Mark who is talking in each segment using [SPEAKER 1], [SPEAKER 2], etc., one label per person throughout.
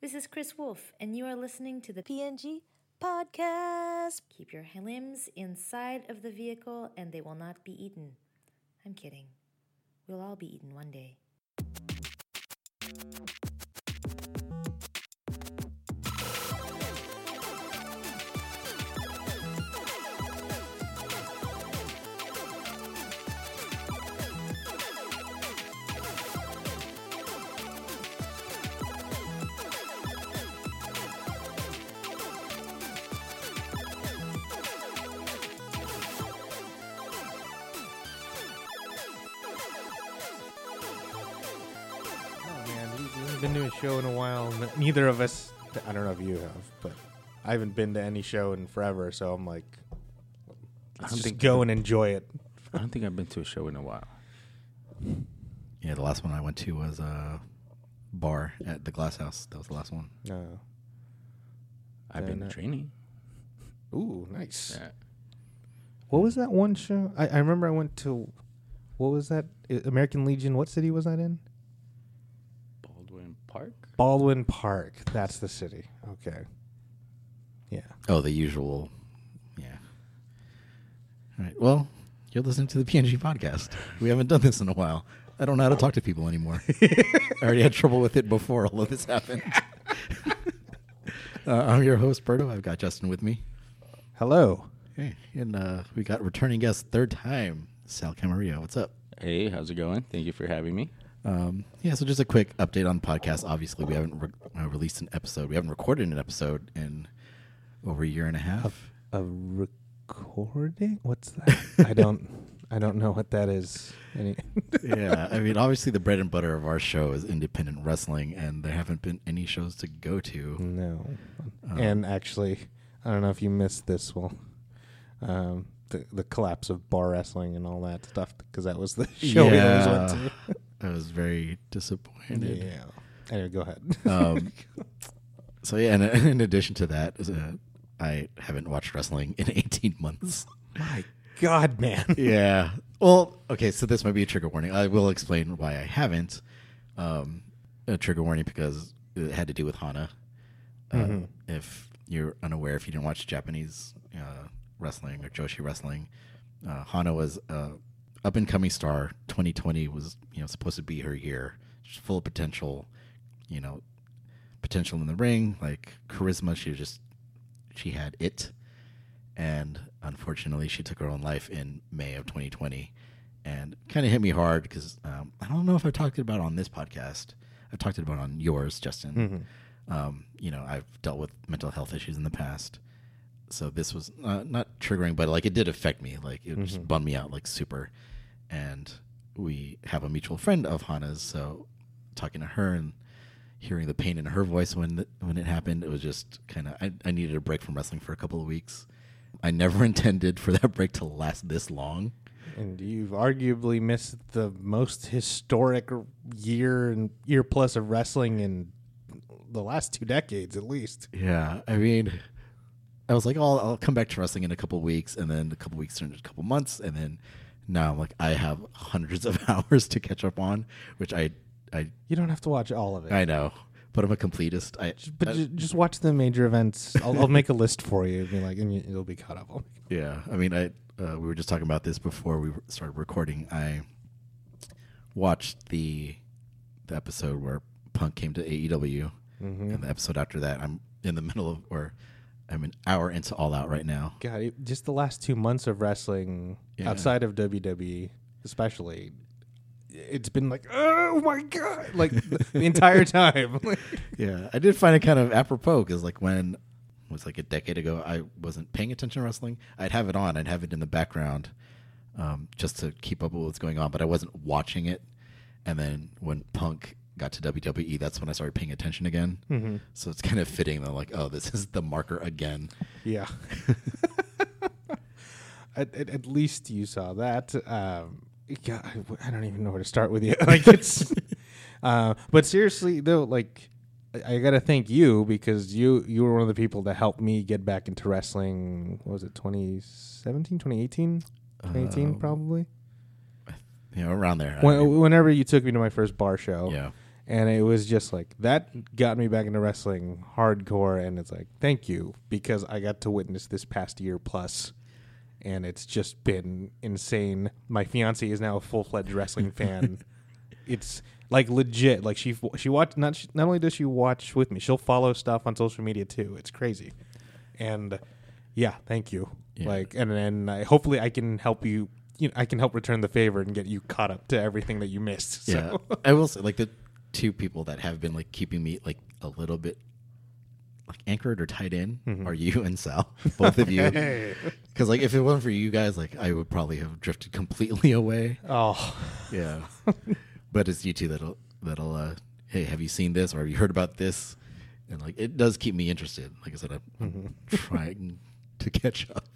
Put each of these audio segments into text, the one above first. [SPEAKER 1] This is Chris Wolf, and you are listening to the
[SPEAKER 2] PNG podcast.
[SPEAKER 1] Keep your limbs inside of the vehicle and they will not be eaten. I'm kidding. We'll all be eaten one day.
[SPEAKER 3] Man, we we haven't been to a show in a while. N- Neither of us. I don't know if you have, but I haven't been to any show in forever. So I'm like, let's
[SPEAKER 4] don't
[SPEAKER 3] just
[SPEAKER 4] think-
[SPEAKER 3] go and enjoy it.
[SPEAKER 4] I don't think I've been to a show in a while.
[SPEAKER 5] Yeah, the last one I went to was a bar at the Glass House. That was the last one.
[SPEAKER 3] No.
[SPEAKER 4] I've
[SPEAKER 3] Fair
[SPEAKER 4] been
[SPEAKER 3] enough.
[SPEAKER 4] training.
[SPEAKER 3] Ooh, nice.
[SPEAKER 4] Yeah.
[SPEAKER 3] What was that one show? I, I remember I went to. What was that? I- American Legion. What city was that in?
[SPEAKER 4] Baldwin Park.
[SPEAKER 3] Baldwin Park. That's the city. Okay. Yeah.
[SPEAKER 5] Oh, the usual. Yeah. All right. Well, you're listening to the PNG podcast. We haven't done this in a while. I don't know how to talk to people anymore. I already had trouble with it before all of this happened. uh, I'm your host, Berto. I've got Justin with me.
[SPEAKER 3] Hello.
[SPEAKER 5] Hey, and uh, we got returning guest third time, Sal Camarillo. What's up?
[SPEAKER 4] Hey, how's it going? Thank you for having me.
[SPEAKER 5] Um, yeah, so just a quick update on the podcast. Obviously, we haven't re- uh, released an episode. We haven't recorded an episode in over a year and a half.
[SPEAKER 3] A recording? What's that? I don't. I don't know what that is. Any.
[SPEAKER 5] yeah, I mean, obviously, the bread and butter of our show is independent wrestling, and there haven't been any shows to go to.
[SPEAKER 3] No. and actually, I don't know if you missed this one. Um, the, the collapse of bar wrestling and all that stuff because that was the show we always went
[SPEAKER 5] I was very
[SPEAKER 3] to.
[SPEAKER 5] disappointed.
[SPEAKER 3] Yeah. Anyway, go ahead.
[SPEAKER 5] Um, so yeah, and uh, in addition to that, is, uh, I haven't watched wrestling in 18 months.
[SPEAKER 3] My God, man.
[SPEAKER 5] yeah. Well, okay, so this might be a trigger warning. I will explain why I haven't. Um, a trigger warning because it had to do with Hana. Uh, If you're unaware, if you didn't watch Japanese uh, wrestling or Joshi wrestling, uh, Hana was a up and coming star. 2020 was you know supposed to be her year, She's full of potential. You know, potential in the ring, like charisma. She was just she had it and unfortunately she took her own life in may of 2020 and kind of hit me hard because um, i don't know if i've talked about it on this podcast i've talked about it on yours justin um, you know i've dealt with mental health issues in the past so this was uh, not triggering but like it did affect me like it just bummed me out like super and we have a mutual friend of hana's so talking to her and hearing the pain in her voice when th- when it happened it was just kind of I, I needed a break from wrestling for a couple of weeks i never intended for that break to last this long
[SPEAKER 3] And you've arguably missed the most historic year and year plus of wrestling in the last two decades, at least.
[SPEAKER 5] yeah i mean i was like oh, i'll come back to wrestling in a couple of weeks and then a couple of weeks turned into a couple of months and then now i'm like i have hundreds of hours to catch up on which i i
[SPEAKER 3] You don't have to watch all of it.
[SPEAKER 5] i know but i'm a completist i
[SPEAKER 3] but ju- just watch the major events. I'll, I'll make a list for you. Be like, and you- you'll be caught up. I'll make-
[SPEAKER 5] Yeah, I mean, I uh, we were just talking about this before we started recording. I watched the the episode where Punk came to AEW, and the episode after that. I'm in the middle of, or I'm an hour into All Out right now.
[SPEAKER 3] God, it, just the last two months of wrestling
[SPEAKER 5] Yeah.
[SPEAKER 3] outside of WWE, especially, it's been like, oh my god, like the, the entire time.
[SPEAKER 5] Yeah, I did find it kind of apropos because, like, when it was like a decade ago, I wasn't paying attention to wrestling. I'd have it on, I'd have it in the background, um, just to keep up with what's going on, but I wasn't watching it. And then when Punk got to WWE, that's when I started paying attention again. So it's kind of fitting that, like, oh, this is the marker again.
[SPEAKER 3] yeah. at, at, at least you saw that. Um, yeah, I, w- I don't even know where to start with you. Like it's, uh, but seriously though, like. I- I gotta thank you because you you were one of the people that helped me get back into wrestling. What was it, 2017, 2018? 2018 probably.
[SPEAKER 5] You know, around there. I
[SPEAKER 3] when,
[SPEAKER 5] mean,
[SPEAKER 3] whenever you took me to my first bar show
[SPEAKER 5] yeah.
[SPEAKER 3] and it was just like that got me back into wrestling hardcore and it's like thank you because i got to witness this past year plus and it's just been insane my fiance is now a full-fledged wrestling fan it's like legit like she she watch not she, not only does she watch with me she'll follow stuff on social media too it's crazy and yeah thank you like and then I, hopefully i can help you you know, I can help return the favor and get you caught up to everything that you missed. So.
[SPEAKER 5] Yeah, I will say like the two people that have been like keeping me like a little bit like anchored or tied in are you and Sal, both of you. Because like if it wasn't for you guys, like I would probably have drifted completely away.
[SPEAKER 3] Oh,
[SPEAKER 5] Yeah, but it's you two that'll that'll uh, hey, have you seen this or have you heard about this? And like it does keep me interested. Like I said, I'm I'm trying to catch up.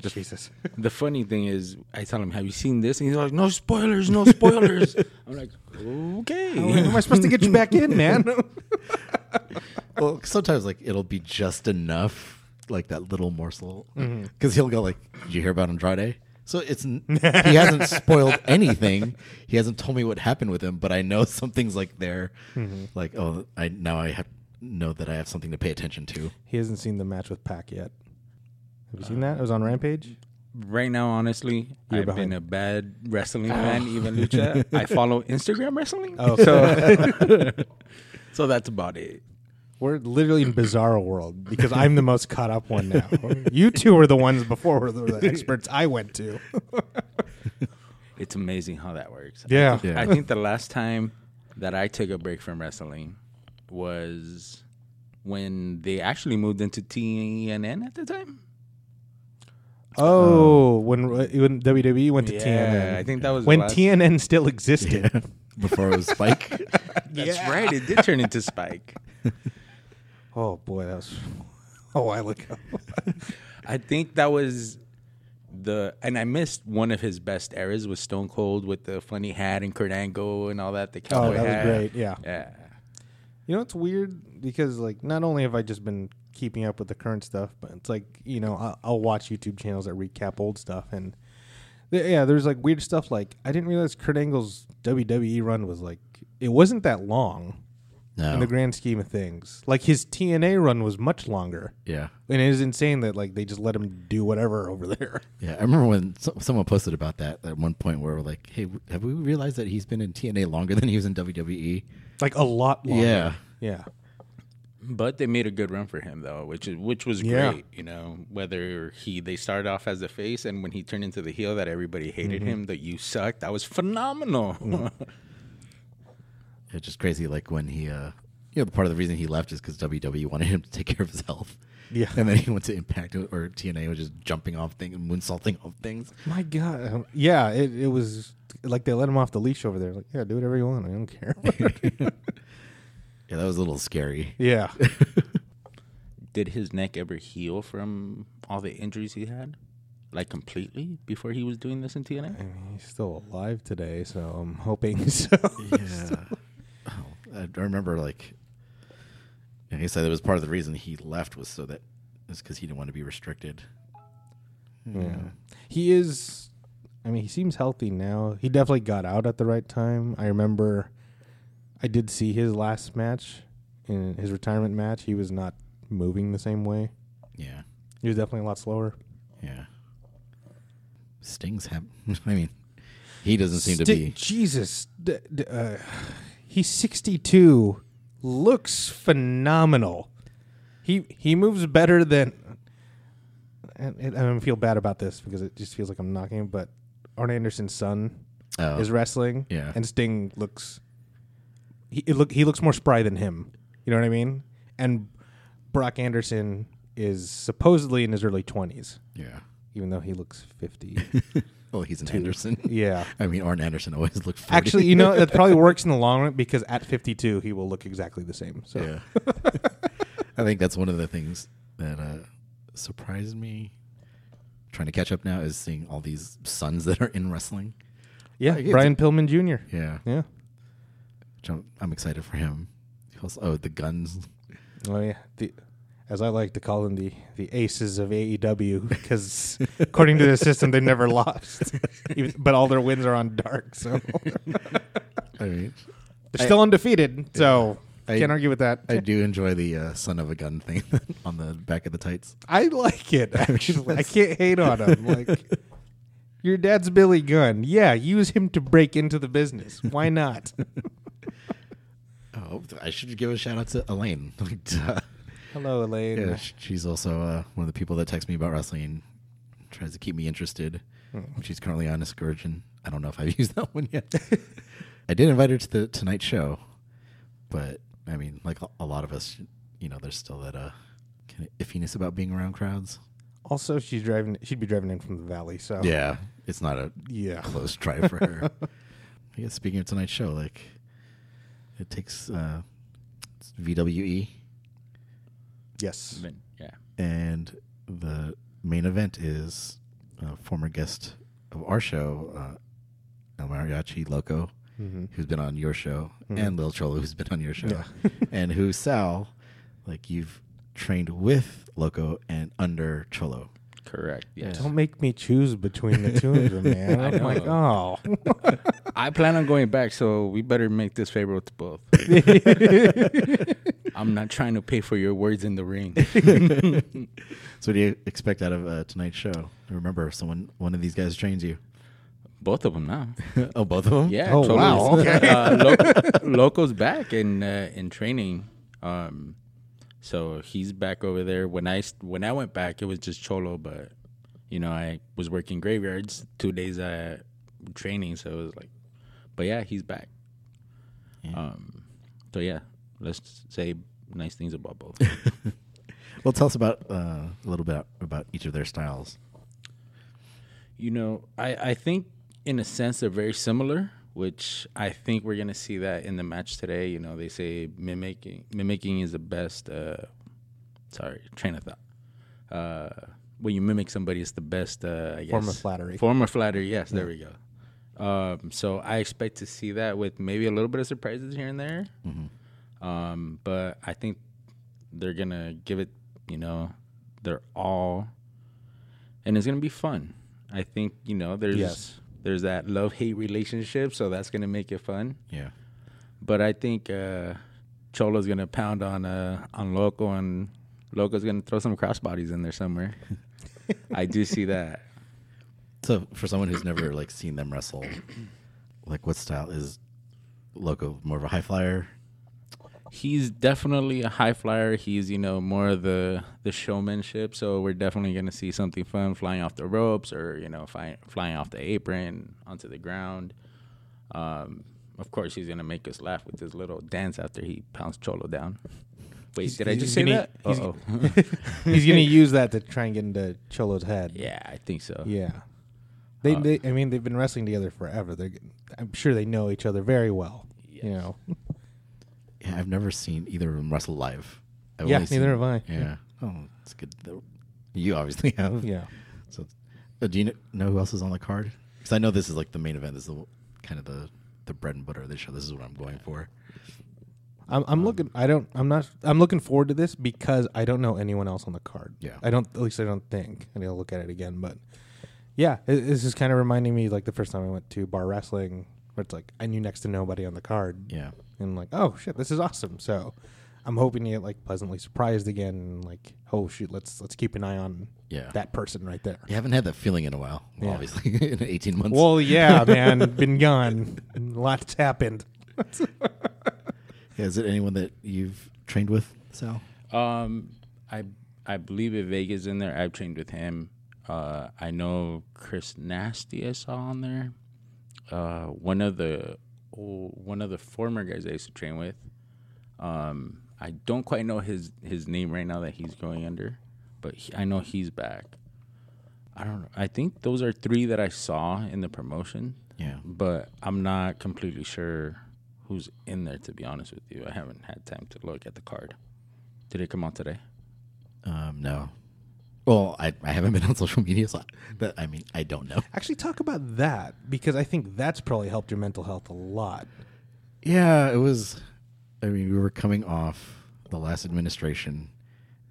[SPEAKER 3] Jesus.
[SPEAKER 4] The funny thing is, I tell him, "Have you seen this?" And he's like, "No spoilers, no spoilers." I'm like,
[SPEAKER 3] How
[SPEAKER 4] "Okay."
[SPEAKER 3] am I supposed to get you back in, man?
[SPEAKER 5] well, sometimes like it'll be just enough, like that little morsel, because
[SPEAKER 3] Mm-hmm.
[SPEAKER 5] he'll go like, "Did you hear about Andrade?" So it's n- he hasn't spoiled anything. He hasn't told me what happened with him, but I know something's like there,
[SPEAKER 3] Mm-hmm.
[SPEAKER 5] like oh, I now I have know that I have something to pay attention to.
[SPEAKER 3] he hasn't seen the match with Pac yet. Have you seen that? It was on Rampage.
[SPEAKER 4] Right now, honestly,
[SPEAKER 3] You're
[SPEAKER 4] I've
[SPEAKER 3] behind. Oh.
[SPEAKER 4] been a bad wrestling fan, even lucha. I follow Instagram wrestling,
[SPEAKER 3] so
[SPEAKER 4] so that's about it.
[SPEAKER 3] we're literally in bizarro world because I'm the most caught up one now. you two were the ones before were the the experts I went to.
[SPEAKER 4] It's amazing how that works.
[SPEAKER 3] Yeah.
[SPEAKER 5] Yeah.
[SPEAKER 4] I think the last time that I took a break from wrestling was when they actually moved into TNN at the time.
[SPEAKER 3] Oh, when, when WWE went to
[SPEAKER 4] Yeah,
[SPEAKER 3] TNN,
[SPEAKER 4] I think that was the
[SPEAKER 3] when
[SPEAKER 4] last-
[SPEAKER 3] TNN still existed.
[SPEAKER 5] Before it was Spike,
[SPEAKER 4] That's right. It did turn into Spike.
[SPEAKER 3] Oh boy, that was oh, a while ago.
[SPEAKER 4] I think that was the and I missed one of his best eras with Stone Cold with the funny hat and Kurt Angle and all that. The cowboy
[SPEAKER 3] Oh, that was
[SPEAKER 4] hat.
[SPEAKER 3] great, yeah.
[SPEAKER 4] yeah.
[SPEAKER 3] You know, it's weird because like not only have I just been keeping up with the current stuff, but it's like you know I'll, I'll watch YouTube channels that recap old stuff, and th- yeah, there's like weird stuff. Like I didn't realize Kurt Angle's WWE run was like it wasn't that long in the
[SPEAKER 5] no,
[SPEAKER 3] grand scheme of things. Like his TNA run was much longer,
[SPEAKER 5] yeah,
[SPEAKER 3] and it is insane that like they just let him do whatever over there.
[SPEAKER 5] yeah. I remember when so- someone posted about that at one point where we're like, "Hey, w- have we realized that he's been in TNA longer than he was in WWE?"
[SPEAKER 3] Like a lot longer.
[SPEAKER 5] Yeah,
[SPEAKER 3] yeah.
[SPEAKER 4] But they made a good run for him though, which is which was
[SPEAKER 3] Yeah.
[SPEAKER 4] great. You know, whether he they started off as the face and when he turned into the heel that everybody hated him, that you sucked. That was phenomenal.
[SPEAKER 5] It's just crazy. Like when he, uh, you know, part of the reason he left is because WWE E wanted him to take care of his health.
[SPEAKER 3] Yeah.
[SPEAKER 5] And then he went to Impact or TNA, was just jumping off things and moonsaulting off things.
[SPEAKER 3] My God, um, yeah, it, it was like they let him off the leash over there. Like, yeah, do whatever you want. I don't care.
[SPEAKER 5] Yeah, that was a little scary.
[SPEAKER 3] yeah,
[SPEAKER 4] Did his neck ever heal from all the injuries he had? Like completely before he was doing this in TNA?
[SPEAKER 3] he's still alive today, so I'm hoping so.
[SPEAKER 5] Yeah. oh, I I remember like, like I said, that was part of the reason he left was so that it's because he didn't want to be restricted.
[SPEAKER 3] yeah, he is. I mean, he seems healthy now. He definitely got out at the right time. I remember, I did see his last match, in his retirement match. He was not moving the same way.
[SPEAKER 5] Yeah.
[SPEAKER 3] He was definitely a lot slower.
[SPEAKER 5] Yeah. Stings have, I mean, he doesn't seem to
[SPEAKER 3] Sti-
[SPEAKER 5] be.
[SPEAKER 3] Jesus, d- d- uh, he's 62. Looks phenomenal. He he moves better than. And, and I feel bad about this because it just feels like I'm knocking. him, But Arn Anderson's son
[SPEAKER 5] Oh,
[SPEAKER 3] is wrestling.
[SPEAKER 5] Yeah.
[SPEAKER 3] and Sting looks. He it look he looks more spry than him. You know what I mean? And Brock Anderson is supposedly in his early 20s,
[SPEAKER 5] yeah.
[SPEAKER 3] even though he looks 50.
[SPEAKER 5] Well, he's an Anderson.
[SPEAKER 3] yeah.
[SPEAKER 5] I mean, Arn Anderson always looked 40.
[SPEAKER 3] Actually, you know that probably works in the long run because at 52 he will look exactly the same. So
[SPEAKER 5] Yeah. I think that's one of the things that uh, surprised me trying to catch up now is seeing all these sons that are in wrestling.
[SPEAKER 3] yeah,
[SPEAKER 5] it's
[SPEAKER 3] Brian Pillman Jr.
[SPEAKER 5] Yeah.
[SPEAKER 3] Yeah.
[SPEAKER 5] Which I'm, I'm excited for him. He Also, oh, the guns.
[SPEAKER 3] Oh yeah. The, as I like to call them, the the aces of AEW because according to the system they never lost, Even- but all their wins are on dark. So
[SPEAKER 5] I mean,
[SPEAKER 3] They're still undefeated, so
[SPEAKER 5] I-
[SPEAKER 3] can't argue with that.
[SPEAKER 5] I do enjoy the uh, son of a gun thing on the back of the tights.
[SPEAKER 3] I like it actually. I can't hate on him. Like your dad's Billy Gunn. Yeah, use him to break into the business. Why not?
[SPEAKER 5] Oh, I should give a shout out to Elaine. Like, duh.
[SPEAKER 3] Hello, Elaine.
[SPEAKER 5] yeah, sh- she's also uh, one of the people that texts me about wrestling, tries to keep me interested. She's currently on a Scourgeon. I don't know if I've used that one yet. I did invite her to the Tonight Show, but I mean, like a- a lot of us, you know, there's still that uh, kind of iffiness about being around crowds.
[SPEAKER 3] Also, she's driving. She'd be driving in from the valley. So
[SPEAKER 5] Yeah, it's not a
[SPEAKER 3] yeah.
[SPEAKER 5] close drive for her. I guess speaking of tonight's show, like it takes uh, it's E. VWE
[SPEAKER 3] Yes.
[SPEAKER 4] Then, yeah.
[SPEAKER 5] and the main event is a former guest of our show, uh, El Mariachi Loco, who's been on your show, and Lil Cholo, who's been on your show, and who Sal, like you've trained with Loco and under Cholo.
[SPEAKER 4] Correct. Yes.
[SPEAKER 3] Don't make me choose between the two of them, man. I'm like, oh,
[SPEAKER 4] I plan on going back, so we better make this favorable to both. I'm not trying to pay for your words in the ring.
[SPEAKER 5] So, what do you expect out of uh, tonight's show? Remember, someone one of these guys trains you.
[SPEAKER 4] both of them now.
[SPEAKER 5] oh, both of them.
[SPEAKER 4] Yeah.
[SPEAKER 3] Oh,
[SPEAKER 4] totally.
[SPEAKER 3] wow, okay.
[SPEAKER 4] Uh, Lo- Loco's back in uh, in training, um, so he's back over there. When I s- when I went back, it was just Cholo, but you know I was working graveyards two days uh training, so it was like, but yeah, he's back. Um, so yeah, let's say nice things about both.
[SPEAKER 5] Well, tell us about uh, a little bit about each of their styles.
[SPEAKER 4] you know, I, I think in a sense they're very similar, which I think we're gonna see that in the match today. You know, they say mimicking mimicking is the best. Uh, sorry, train of thought. Uh, when you mimic somebody, it's the best. Uh, I guess
[SPEAKER 3] Form of flattery.
[SPEAKER 4] Form of flattery. Yes, there we go. Um, so I expect to see that with maybe a little bit of surprises here and there. Um, but I think they're gonna give it. You know, they're all and it's gonna be fun. I think you know there's
[SPEAKER 3] Yes.
[SPEAKER 4] there's that love hate relationship, so that's gonna make it fun.
[SPEAKER 5] Yeah.
[SPEAKER 4] But I think uh, Cholo's gonna pound on uh, on Loco, and Loco's gonna throw some crossbodies in there somewhere. I do see that.
[SPEAKER 5] So, for someone who's never like seen them wrestle, like what style is Loco more of a high flyer?
[SPEAKER 4] He's definitely a high flyer. He's you know more of the the showmanship. So we're definitely gonna see something fun flying off the ropes, or you know fly, flying off the apron onto the ground. Um, of course, he's gonna make us laugh with his little dance after he pounds Cholo down. Wait, did I
[SPEAKER 3] he's
[SPEAKER 4] just say
[SPEAKER 3] gonna-
[SPEAKER 4] that?
[SPEAKER 3] he's-
[SPEAKER 4] Oh,
[SPEAKER 3] he's gonna use that to try and get into Cholo's head.
[SPEAKER 4] yeah, I think so.
[SPEAKER 3] Yeah. They, they, I mean, they've been wrestling together forever. They're, I'm sure they know each other very well. You know.
[SPEAKER 5] Yeah, I've never seen either of them wrestle live. I've
[SPEAKER 3] Yeah,
[SPEAKER 5] only seen-
[SPEAKER 3] neither have I.
[SPEAKER 5] Yeah. Oh, it's good. though. You obviously have.
[SPEAKER 3] Yeah.
[SPEAKER 5] So, uh, do you kn- know who else is on the card? Because I know this is like the main event. This is the, kind of the the bread and butter of the show. This is what I'm going for.
[SPEAKER 3] I'm,
[SPEAKER 5] Um,
[SPEAKER 3] I'm looking. I don't. I'm not. I'm looking forward to this because I don't know anyone else on the card.
[SPEAKER 5] Yeah.
[SPEAKER 3] I don't. At least I don't think. I need to look at it again. But yeah, it, this is kind of reminding me like the first time I went to bar wrestling, where it's like I knew next to nobody on the card.
[SPEAKER 5] Yeah.
[SPEAKER 3] And I'm like, oh shit, this is awesome. So I'm hoping to get like pleasantly surprised again. And like, oh shoot, let's let's keep an eye on
[SPEAKER 5] Yeah.
[SPEAKER 3] that person right there.
[SPEAKER 5] You haven't had that feeling in a while. Well,
[SPEAKER 3] Yeah.
[SPEAKER 5] Obviously, in 18 months.
[SPEAKER 3] Well, yeah, man, been gone. Lots happened.
[SPEAKER 5] Yeah, is it anyone that you've trained with, Sal?
[SPEAKER 4] Um, I I believe if Vega's in there, I've trained with him. Uh, I know Chris Nasty I saw on there. Uh, one of the oh, one of the former guys I used to train with. Um, I don't quite know his his name right now that he's going under, but he, I know he's back. I don't know. I think those are three that I saw in the promotion,
[SPEAKER 5] Yeah.
[SPEAKER 4] but I'm not completely sure who's in there. To be honest with you, I haven't had time to look at the card. Did it come out today?
[SPEAKER 5] Um, no. Well, I, I haven't been on social media, so that I mean I don't know.
[SPEAKER 3] Actually, talk about that because I think that's probably helped your mental health a lot.
[SPEAKER 5] Yeah, it was. I mean, we were coming off the last administration,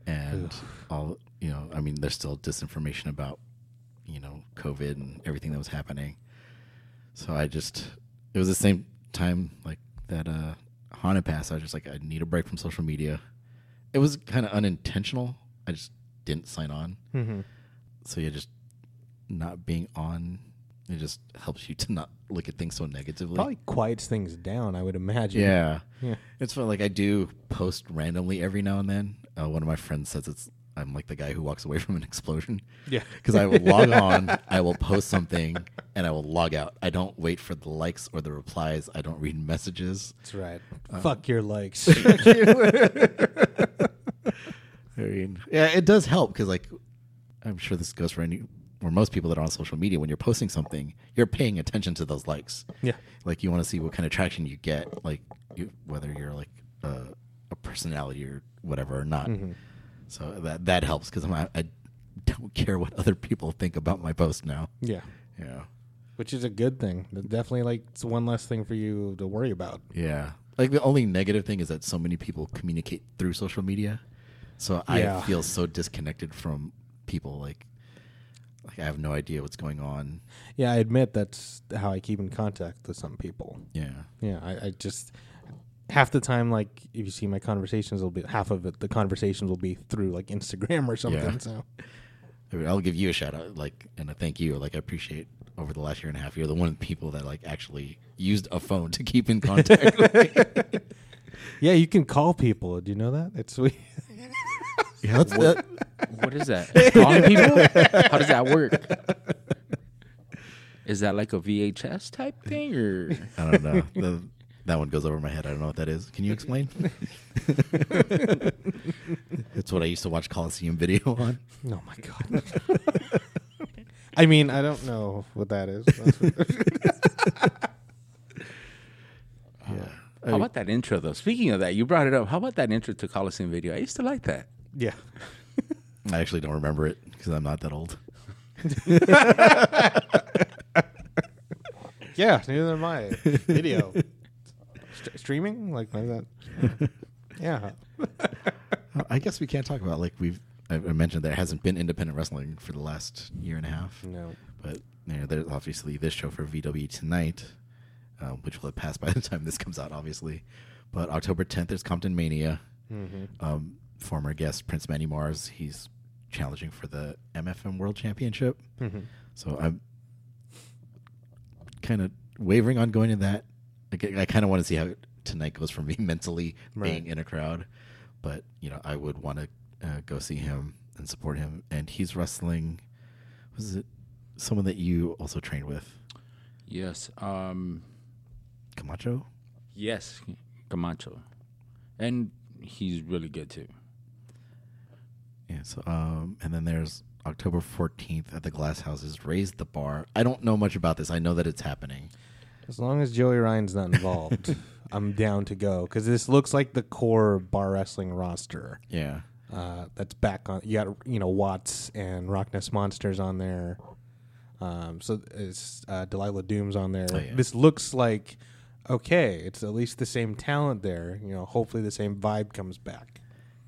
[SPEAKER 5] and all you know. I mean, there's still disinformation about you know COVID and everything that was happening. So I just it was the same time like that uh, haunted pass, I was just like, I need a break from social media. It was kind of unintentional. I just didn't sign on. So yeah, just not being on, it just helps you to not look at things so negatively.
[SPEAKER 3] Probably quiets things down, I would imagine.
[SPEAKER 5] Yeah.
[SPEAKER 3] Yeah.
[SPEAKER 5] It's fun. Like I do post randomly every now and then. Uh, one of my friends says it's I'm like the guy who walks away from an explosion.
[SPEAKER 3] Yeah.
[SPEAKER 5] Because I will log on, I will post something, and I will log out. I don't wait for the likes or the replies. I don't read messages.
[SPEAKER 3] That's right. Fuck your likes.
[SPEAKER 5] I mean, yeah, it does help because like I'm sure this goes for any or most people that are on social media. When you're posting something, you're paying attention to those likes.
[SPEAKER 3] yeah.
[SPEAKER 5] like you want to see what kind of traction you get like you, whether you're like uh, a personality or whatever or not so that that helps because i'm I, I don't care what other people think about my post now
[SPEAKER 3] Yeah.
[SPEAKER 5] yeah
[SPEAKER 3] Which is a good thing. That Definitely, like, it's one less thing for you to worry about.
[SPEAKER 5] yeah like the only negative thing is that so many people communicate through social media so
[SPEAKER 3] Yeah.
[SPEAKER 5] i feel so disconnected from people like like i have no idea what's going on
[SPEAKER 3] Yeah, I admit that's how I keep in contact with some people.
[SPEAKER 5] yeah
[SPEAKER 3] Yeah, I, I just half the time, like if you see my conversations, will be half of it. The conversations will be through like Instagram or something.
[SPEAKER 5] Yeah.
[SPEAKER 3] So
[SPEAKER 5] I mean, I'll give you a shout out, like, and a thank you. Like, I appreciate over the last year and a half, you're the one of the people that like actually used a phone to keep in contact.
[SPEAKER 3] yeah, you can call people. Do you know that? It's we.
[SPEAKER 5] yeah, that's that.
[SPEAKER 4] What is that? Calling people? How does that work? Is that like a VHS type thing or
[SPEAKER 5] I don't know. The, that one goes over my head. I don't know what that is. Can you explain? it's what I used to watch Coliseum video on.
[SPEAKER 3] Oh my god. I mean, I don't know what that is.
[SPEAKER 4] how about that intro though? Speaking of that, you brought it up. How about that intro to Coliseum video? I used to like that.
[SPEAKER 3] yeah.
[SPEAKER 5] I actually don't remember it because I'm not that old.
[SPEAKER 3] Yeah. Neither am I. Video. St- streaming like like that. Yeah.
[SPEAKER 5] I guess we can't talk about like we've. I I mentioned there hasn't been independent wrestling for the last year and a half.
[SPEAKER 3] No.
[SPEAKER 5] But you know, there's obviously this show for VW tonight, um, which will have passed by the time this comes out, obviously. But October 10th, there's Compton Mania.
[SPEAKER 3] Mm-hmm.
[SPEAKER 5] Um, former guest Prince Manny Mars, he's challenging for the MFM World Championship.
[SPEAKER 3] Mm-hmm.
[SPEAKER 5] So I'm kind of wavering on going to that. Like, I, kind of want to see how tonight goes for me mentally being in a crowd. But, you know, I would want to uh, go see him and support him. And he's wrestling, was it someone that you also trained with?
[SPEAKER 4] Yes. Um
[SPEAKER 5] Camacho?
[SPEAKER 4] yes, Camacho. And he's really good too.
[SPEAKER 5] Yeah. So, um, and then there's October 14th at the Glass Houses, Raise the Bar. I don't know much about this. I know that it's happening.
[SPEAKER 3] As long as Joey Ryan's not involved, I'm down to go because this looks like the core bar wrestling roster.
[SPEAKER 5] Yeah.
[SPEAKER 3] uh, that's back on. You got you know Watts and Rockness Monsters on there. Um, so it's uh, Delilah Doom's on there.
[SPEAKER 5] yeah.
[SPEAKER 3] This looks like okay. It's at least the same talent there. You know, hopefully the same vibe comes back.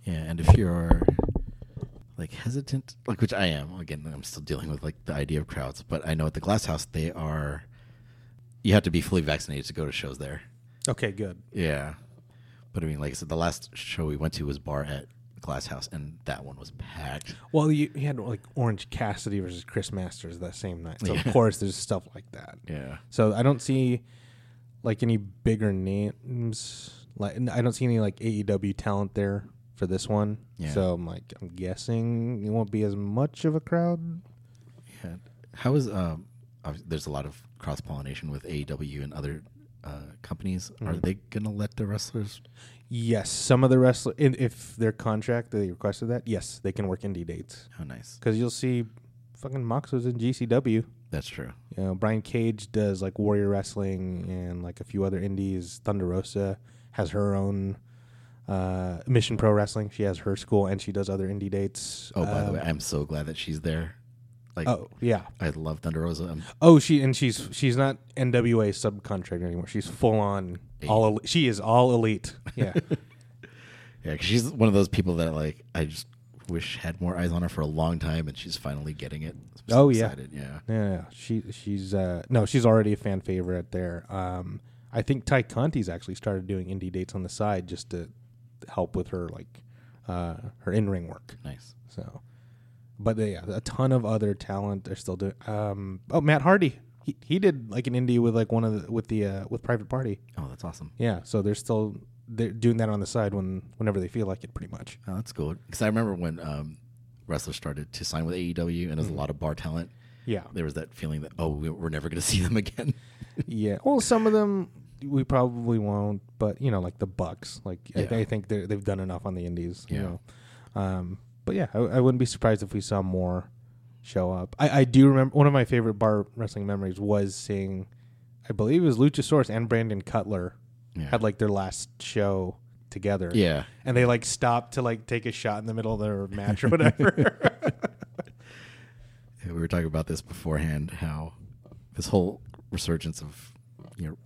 [SPEAKER 5] Yeah, and if you're like hesitant, like which I am, again, I'm still dealing with like the idea of crowds, but I know at the Glass House they are. You have to be fully vaccinated to go to shows there.
[SPEAKER 3] Okay, good.
[SPEAKER 5] Yeah, but I mean, like I said, the last show we went to was bar at Glass House, and that one was packed.
[SPEAKER 3] Well, you, you had like Orange Cassidy versus Chris Masters that same night. So of course there's stuff like that.
[SPEAKER 5] Yeah,
[SPEAKER 3] So I don't see like any bigger names. Like n- I don't see any like AEW talent there for this one.
[SPEAKER 5] Yeah.
[SPEAKER 3] So I'm like I'm guessing it won't be as much of a crowd.
[SPEAKER 5] yeah. How is um? obvi- There's a lot of cross pollination with AEW and other uh, companies. Are they gonna let the wrestlers?
[SPEAKER 3] Yes, some of the wrestlers, if their contract they requested that, yes, they can work indie dates
[SPEAKER 5] Oh, nice.
[SPEAKER 3] because you'll see fucking Moxos in GCW.
[SPEAKER 5] That's true.
[SPEAKER 3] You know, Brian Cage does like Warrior Wrestling and like a few other indies. Thunder Rosa has her own uh, Mission Pro Wrestling. She has her school and she does other indie dates.
[SPEAKER 5] Oh, by
[SPEAKER 3] Uh,
[SPEAKER 5] the way, I'm so glad that she's there. Like,
[SPEAKER 3] Oh yeah.
[SPEAKER 5] I love Thunder Rosa. Um, I'm
[SPEAKER 3] Oh, she and she's she's not NWA subcontractor anymore. She's full on all. Elite. She is all elite. Yeah.
[SPEAKER 5] Yeah, 'cause she's one of those people that like I just wish had more eyes on her for a long time, and she's finally getting it. I'm so
[SPEAKER 3] Oh, yeah.
[SPEAKER 5] excited. yeah,
[SPEAKER 3] No, no, no. She she's uh no, she's already a fan favorite there. Um I think Ty Conti's actually started doing indie dates on the side just to help with her like uh, her in ring work.
[SPEAKER 5] Nice.
[SPEAKER 3] So, but they, yeah, a ton of other talent are still doing. Um, oh, Matt Hardy, he, he did like an indie with like one of the with the uh, with Private Party.
[SPEAKER 5] Oh, that's awesome.
[SPEAKER 3] Yeah, so they're still they're doing that on the side when whenever they feel like it, pretty much.
[SPEAKER 5] Oh, that's cool. Because I remember when um, wrestlers started to sign with AEW, and there's
[SPEAKER 3] Mm-hmm.
[SPEAKER 5] a lot of bar talent.
[SPEAKER 3] Yeah,
[SPEAKER 5] There was that feeling that oh, we- we're never going to see them again.
[SPEAKER 3] yeah. Well, some of them we probably won't, but you know, like the Bucks, like I,
[SPEAKER 5] Yeah.
[SPEAKER 3] I think they're- they've done enough on the Indies.
[SPEAKER 5] Yeah.
[SPEAKER 3] You know? um, but yeah, I, I wouldn't be surprised if we saw more show up. I, I do remember one of my favorite bar wrestling memories was seeing, I believe it was Luchasaurus and Brandon Cutler
[SPEAKER 5] Yeah.
[SPEAKER 3] had like their last show together.
[SPEAKER 5] yeah.
[SPEAKER 3] and they like stopped to like take a shot in the middle of their match or whatever.
[SPEAKER 5] Yeah, we were talking about this beforehand how this whole resurgence of you know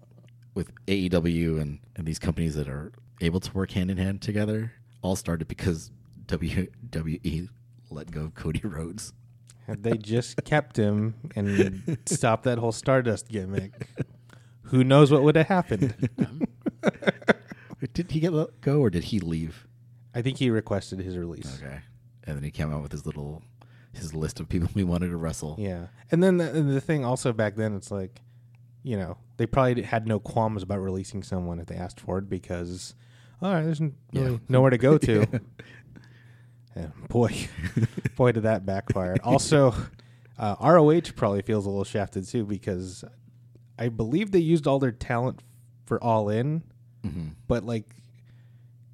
[SPEAKER 5] with AEW and, and these companies that are able to work hand in hand together all started because WWE let go of Cody Rhodes.
[SPEAKER 3] Had they just kept him and stopped that whole Stardust gimmick, who knows what would have happened?
[SPEAKER 5] Did he get let go or did he leave?
[SPEAKER 3] I think he requested his release.
[SPEAKER 5] Okay. And then he came out with his little his list of people we wanted to wrestle.
[SPEAKER 3] Yeah, and then the, the thing also back then it's like, you know, they probably had no qualms about releasing someone if they asked for it because, all right, there's n- really nowhere to go to. Yeah, boy, boy, did that backfire. Also, uh, ROH probably feels a little shafted too because I believe they used all their talent for All In,
[SPEAKER 5] Mm-hmm.
[SPEAKER 3] but like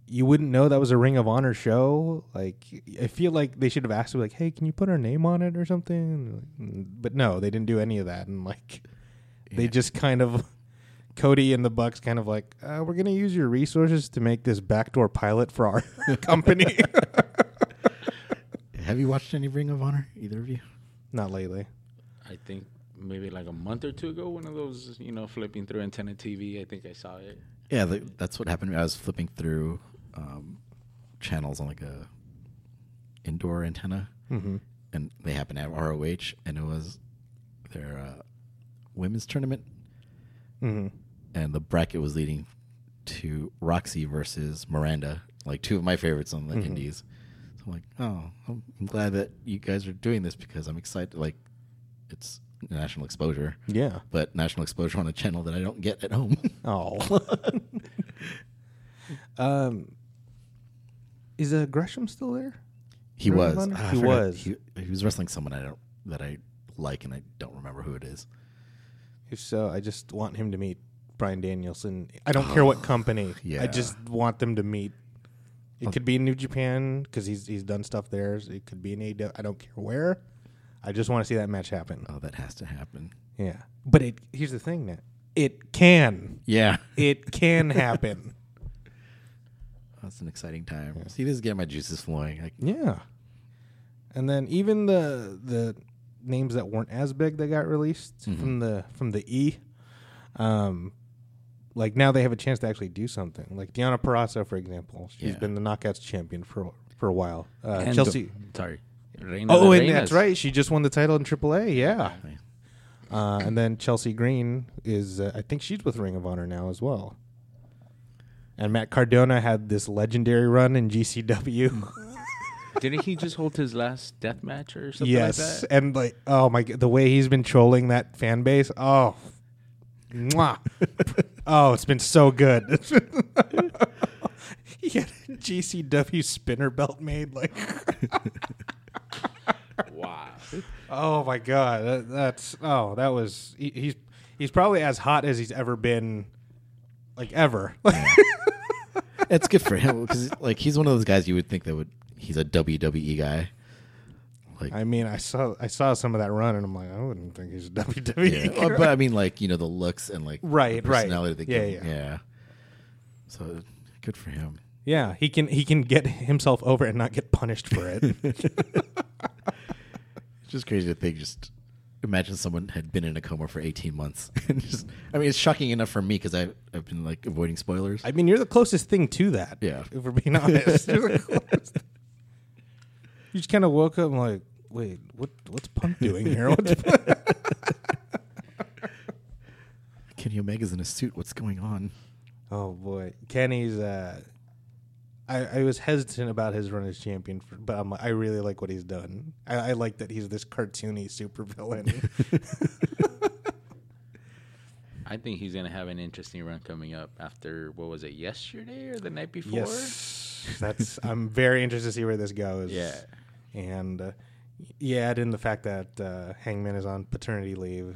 [SPEAKER 3] you wouldn't know that was a Ring of Honor show. Like I feel like they should have asked, like, "Hey, can you put our name on it or something?" But no, they didn't do any of that, and like they just kind of Cody and the Bucks kind of like, uh, "We're gonna use your resources to make this backdoor pilot for our company."
[SPEAKER 5] Have you watched any Ring of Honor? Either of you?
[SPEAKER 3] Not lately.
[SPEAKER 4] I think maybe like a month or two ago, one of those, you know, flipping through antenna TV. I think I saw it.
[SPEAKER 5] Yeah, the, that's what happened. I was flipping through um, channels on like a indoor antenna, and they happened to have ROH, and it was their uh, women's tournament,
[SPEAKER 3] Mm-hmm.
[SPEAKER 5] and the bracket was leading to Roxy versus Miranda, like two of my favorites on the Indies. So I'm like, oh, I'm I'm glad that you guys are doing this because I'm excited. Like, it's national exposure,
[SPEAKER 3] Yeah.
[SPEAKER 5] but national exposure on a channel that I don't get at home.
[SPEAKER 3] Oh. um, is uh, Gresham still there?
[SPEAKER 5] He
[SPEAKER 3] Ring
[SPEAKER 5] was.
[SPEAKER 3] of Honor?
[SPEAKER 5] Ah, I
[SPEAKER 3] He
[SPEAKER 5] forgot.
[SPEAKER 3] was.
[SPEAKER 5] He, he was wrestling someone I don't that I like, and I don't remember who it is.
[SPEAKER 3] If so, I just want him to meet Brian Danielson. I don't care what company.
[SPEAKER 5] yeah.
[SPEAKER 3] I just want them to meet. It could be in New Japan because he's he's done stuff there. So It could be in AEW. I don't care where. I just want to see that match happen.
[SPEAKER 5] Oh, that has to happen.
[SPEAKER 3] Yeah. But it here's the thing, Nat. It can.
[SPEAKER 5] Yeah,
[SPEAKER 3] It can happen.
[SPEAKER 5] that's an exciting time. See, this is getting my juices flowing. Like,
[SPEAKER 3] Yeah. And then even the the names that weren't as big that got released from the from the E, um, like now they have a chance to actually do something. Like Deanna Peraza, for example, she's
[SPEAKER 5] Yeah.
[SPEAKER 3] been the knockouts champion for for a while. Uh,
[SPEAKER 4] And
[SPEAKER 3] Chelsea.
[SPEAKER 4] the- sorry. Reina
[SPEAKER 3] oh,
[SPEAKER 4] de
[SPEAKER 3] and that's
[SPEAKER 4] Reinas.
[SPEAKER 3] right. She just won the title in AAA. Yeah. Uh, and then Chelsea Green is, uh, I think she's with Ring of Honor now as well. And Matt Cardona had this legendary run in GCW.
[SPEAKER 4] Didn't he just hold his last death match or something
[SPEAKER 3] yes,
[SPEAKER 4] like that?
[SPEAKER 3] and like, oh my, g- the way he's been trolling that fan base, oh, mwah. oh, it's been so good. he had a GCW spinner belt made, like,
[SPEAKER 4] Wow.
[SPEAKER 3] oh my god, that, that's oh, that was he, he's he's probably as hot as he's ever been, like ever.
[SPEAKER 5] it's good for him because like he's one of those guys you would think that would he's a WWE guy. Like,
[SPEAKER 3] I mean, I saw I saw some of that run, and I'm like, I wouldn't think he's a E WWE.
[SPEAKER 5] yeah. Oh, but I mean, like you know, the looks and like
[SPEAKER 3] Right,
[SPEAKER 5] the
[SPEAKER 3] right.
[SPEAKER 5] personality they
[SPEAKER 3] Yeah,
[SPEAKER 5] give him.
[SPEAKER 3] yeah.
[SPEAKER 5] yeah. So good for him.
[SPEAKER 3] Yeah, he can he can get himself over and not get punished for it.
[SPEAKER 5] It's just crazy to think. Just imagine someone had been in a coma for 18 months. and just, I mean, it's shocking enough for me because I've, I've been like avoiding spoilers.
[SPEAKER 3] I mean, you're the closest thing to that.
[SPEAKER 5] Yeah.
[SPEAKER 3] If we're being honest, you're the closest. You just kind of woke up and like, wait, what? What's Punk doing here? What's Punk?
[SPEAKER 5] Kenny Omega's in a suit. What's going on?
[SPEAKER 3] Oh boy, Kenny's. Uh, I I was hesitant about his run as champion, for, but I'm like, I really like what he's done. I, I like that he's this cartoony supervillain.
[SPEAKER 4] I think he's gonna have an interesting run coming up after what was it yesterday or the night before?
[SPEAKER 3] yes, that's. I'm very interested to see where this goes.
[SPEAKER 4] Yeah.
[SPEAKER 3] and uh, yeah, add in the fact that uh, Hangman is on paternity leave.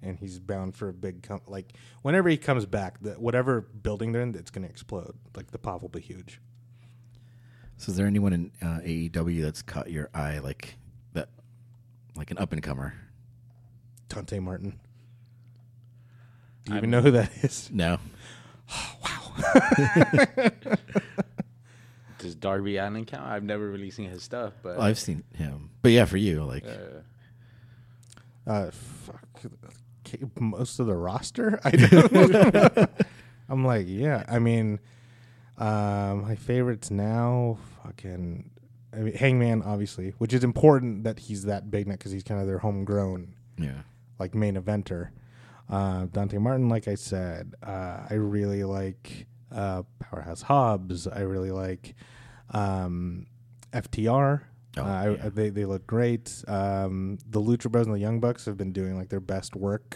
[SPEAKER 3] And he's bound for a big com- like whenever he comes back, the, whatever building they're in, it's gonna explode. Like the pop will be huge.
[SPEAKER 5] So, is there anyone in uh, AEW that's caught your eye, like that, like an up and comer?
[SPEAKER 3] Dante Martin. Do you even know who that is?
[SPEAKER 5] No,
[SPEAKER 4] Does Darby Allen count? I've never really seen his stuff, but
[SPEAKER 5] well, I've seen him, but yeah, for you, like
[SPEAKER 4] uh,
[SPEAKER 3] Uh, fuck. K- Most of the roster, I don't. I'm like, yeah. I mean, um, my favorites now, fucking, I mean, Hangman, obviously, which is important that he's that big now because he's kind of their homegrown
[SPEAKER 5] yeah,
[SPEAKER 3] like main eventer. Uh, Dante Martin, like I said, uh, I really like uh, Powerhouse Hobbs. I really like um, FTR.
[SPEAKER 5] Oh,
[SPEAKER 3] uh, I,
[SPEAKER 5] yeah.
[SPEAKER 3] they they look great. Um, the Lucha Bros and the Young Bucks have been doing like their best work.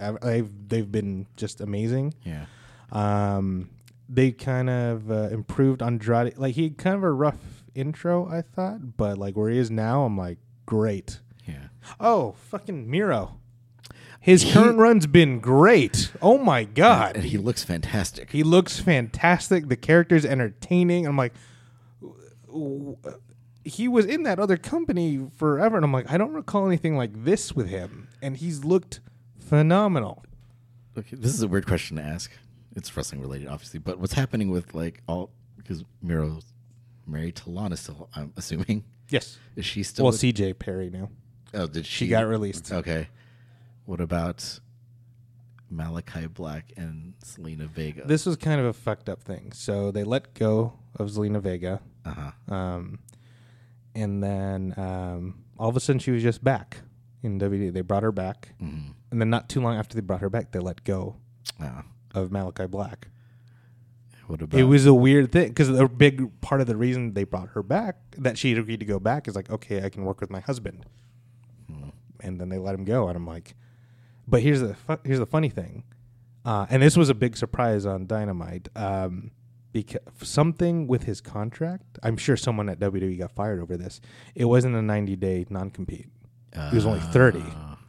[SPEAKER 3] ever. They've they've been just amazing.
[SPEAKER 5] yeah.
[SPEAKER 3] Um, they kind of uh, improved Andrade. Like he had kind of a rough intro, I thought, but like where he is now, I'm like great.
[SPEAKER 5] Yeah.
[SPEAKER 3] Oh, fucking Miro. His current run's been great. Oh my
[SPEAKER 5] And
[SPEAKER 3] god.
[SPEAKER 5] he looks fantastic.
[SPEAKER 3] He looks fantastic. The character's entertaining. I'm like w- w- he was in that other company forever and I'm like I don't recall anything like this with him and he's looked phenomenal.
[SPEAKER 5] Okay, this is a weird question to ask. It's wrestling related, obviously, but what's happening with like all because Miro's married to Lana still? I'm assuming
[SPEAKER 3] Yes.
[SPEAKER 5] is she still?
[SPEAKER 3] Well,
[SPEAKER 5] with-
[SPEAKER 3] CJ Perry now.
[SPEAKER 5] oh, did she,
[SPEAKER 3] She got released.
[SPEAKER 5] Okay. What about Malachi Black and Selena Vega?
[SPEAKER 3] This was kind of a fucked up thing. So they let go of Zelina Vega.
[SPEAKER 5] uh huh.
[SPEAKER 3] Um, and then um, all of a sudden, she was just back in WWE. They brought her back,
[SPEAKER 5] Mm. Mm-hmm.
[SPEAKER 3] and then not too long after they brought her back, they let go
[SPEAKER 5] Uh,
[SPEAKER 3] of Malachi Black.
[SPEAKER 5] what about
[SPEAKER 3] It was a weird thing because a big part of the reason they brought her back that she had agreed to go back is like, okay, I can work with my husband, and then they let him go, and I'm like, but here's the fu- here's the funny thing, uh, and this was a big surprise on Dynamite. Um, because something with his contract, I'm sure someone at WWE got fired over this. It wasn't a 90 day non compete. he was only 30
[SPEAKER 5] uh, Ah. oh,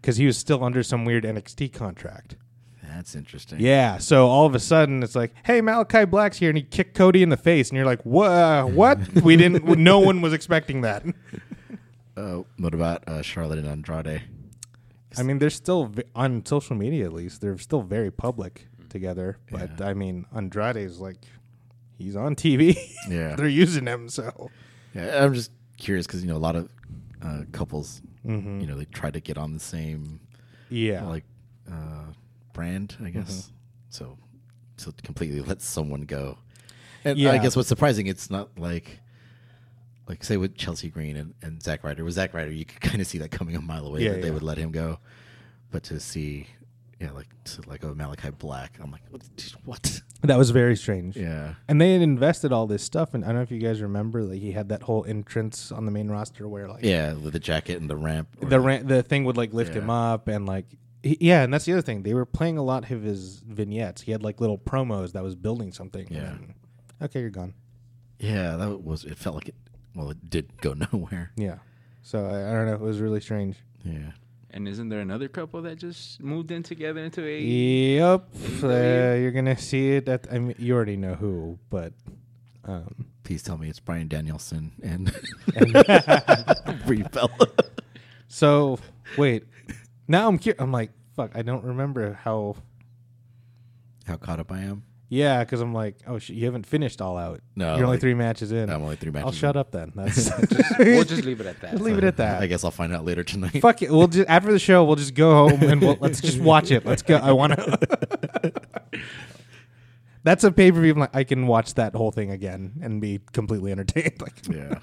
[SPEAKER 3] because he was still under some weird NXT contract.
[SPEAKER 5] That's interesting.
[SPEAKER 3] Yeah. So all of a sudden, it's like, hey, Malachi Black's here, and he kicked Cody in the face, and you're like, what? What? we didn't. No one was expecting that.
[SPEAKER 5] Uh, what about uh, Charlotte and Andrade?
[SPEAKER 3] I mean, they're still v- on social media, at least they're still very public together. But I mean, Andrade's like, he's on TV.
[SPEAKER 5] Yeah.
[SPEAKER 3] they're using him. So
[SPEAKER 5] Yeah, I'm just curious because you know a lot of uh, couples,
[SPEAKER 3] Mm-hmm.
[SPEAKER 5] you know, they try to get on the same
[SPEAKER 3] yeah, Mm-hmm.
[SPEAKER 5] like uh, brand, I guess. So, so to completely let someone go. And I
[SPEAKER 3] Yeah.
[SPEAKER 5] guess what's surprising, it's not like, like say with Chelsea Green and, and Zack Ryder. With Zack Ryder, you could kind of see that coming a mile away
[SPEAKER 3] Yeah,
[SPEAKER 5] that they
[SPEAKER 3] yeah.
[SPEAKER 5] would let him go. But to see, yeah, like to like a Malachi Black, I'm like, what? what?
[SPEAKER 3] that was very strange.
[SPEAKER 5] Yeah,
[SPEAKER 3] And they had invested all this stuff, and I don't know if you guys remember, like he had that whole entrance on the main roster where like
[SPEAKER 5] yeah, with the jacket and the ramp. or-
[SPEAKER 3] the ran- the thing would like lift him up and like he, yeah and that's the other thing they were playing a lot of his vignettes he had like little promos that was building something and
[SPEAKER 5] Yeah.
[SPEAKER 3] then, okay you're gone
[SPEAKER 5] yeah, that was. It felt like it. Well, it did go nowhere.
[SPEAKER 3] yeah so I, I don't know it was really strange
[SPEAKER 5] Yeah.
[SPEAKER 4] and isn't there another couple that just moved in together into a
[SPEAKER 3] yep uh, you're gonna see it at I mean you already know who but um
[SPEAKER 5] Please tell me it's Brian Danielson and, Brie Bella.
[SPEAKER 3] so wait now I'm cu- I'm like fuck I don't remember how
[SPEAKER 5] How caught up I am.
[SPEAKER 3] yeah because I'm like oh sh- you haven't finished all out
[SPEAKER 5] No,
[SPEAKER 3] you're only
[SPEAKER 5] like-
[SPEAKER 3] three matches in
[SPEAKER 5] I'm only three matches.
[SPEAKER 3] I'll shut up then that's
[SPEAKER 4] We'll just leave it at that.
[SPEAKER 3] just leave it at that
[SPEAKER 5] I guess I'll find out later tonight.
[SPEAKER 3] Fuck it. We'll just after the show, we'll just go home and we'll, let's just watch it. Let's go. I want to. That's a pay per view. Like I can watch that whole thing again and be completely entertained. Like
[SPEAKER 5] Yeah.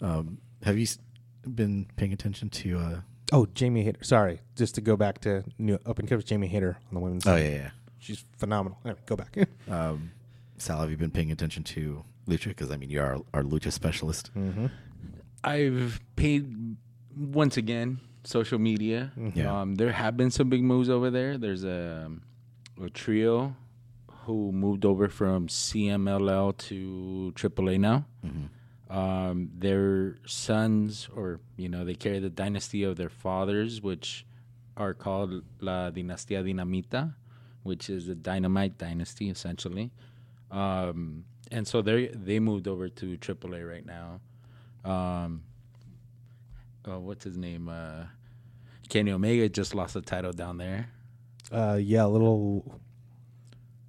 [SPEAKER 5] um, have you s- been paying attention to uh,
[SPEAKER 3] Oh, Jamie Hader. Sorry, just to go back to new up and covers Jamie Hader on the women's.
[SPEAKER 5] Oh
[SPEAKER 3] side.
[SPEAKER 5] yeah,
[SPEAKER 3] she's phenomenal. Anyway, go back.
[SPEAKER 5] yeah. Um, Sal, have you been paying attention to lucha? Because I mean, you are our lucha specialist.
[SPEAKER 3] Mm-hmm.
[SPEAKER 4] I've paid once again social media.
[SPEAKER 5] Yeah.
[SPEAKER 4] Um, there have been some big moves over there. There's a, a trio who moved over from CMLL to AAA now. Um, their sons, or you know, they carry the dynasty of their fathers, which are called La Dinastía Dinamita, which is the Dynamite Dynasty essentially. Um, and so they they moved over to AAA right now um, uh, what's his name? Uh, Kenny Omega just lost the title down there,
[SPEAKER 3] Uh, yeah, a little,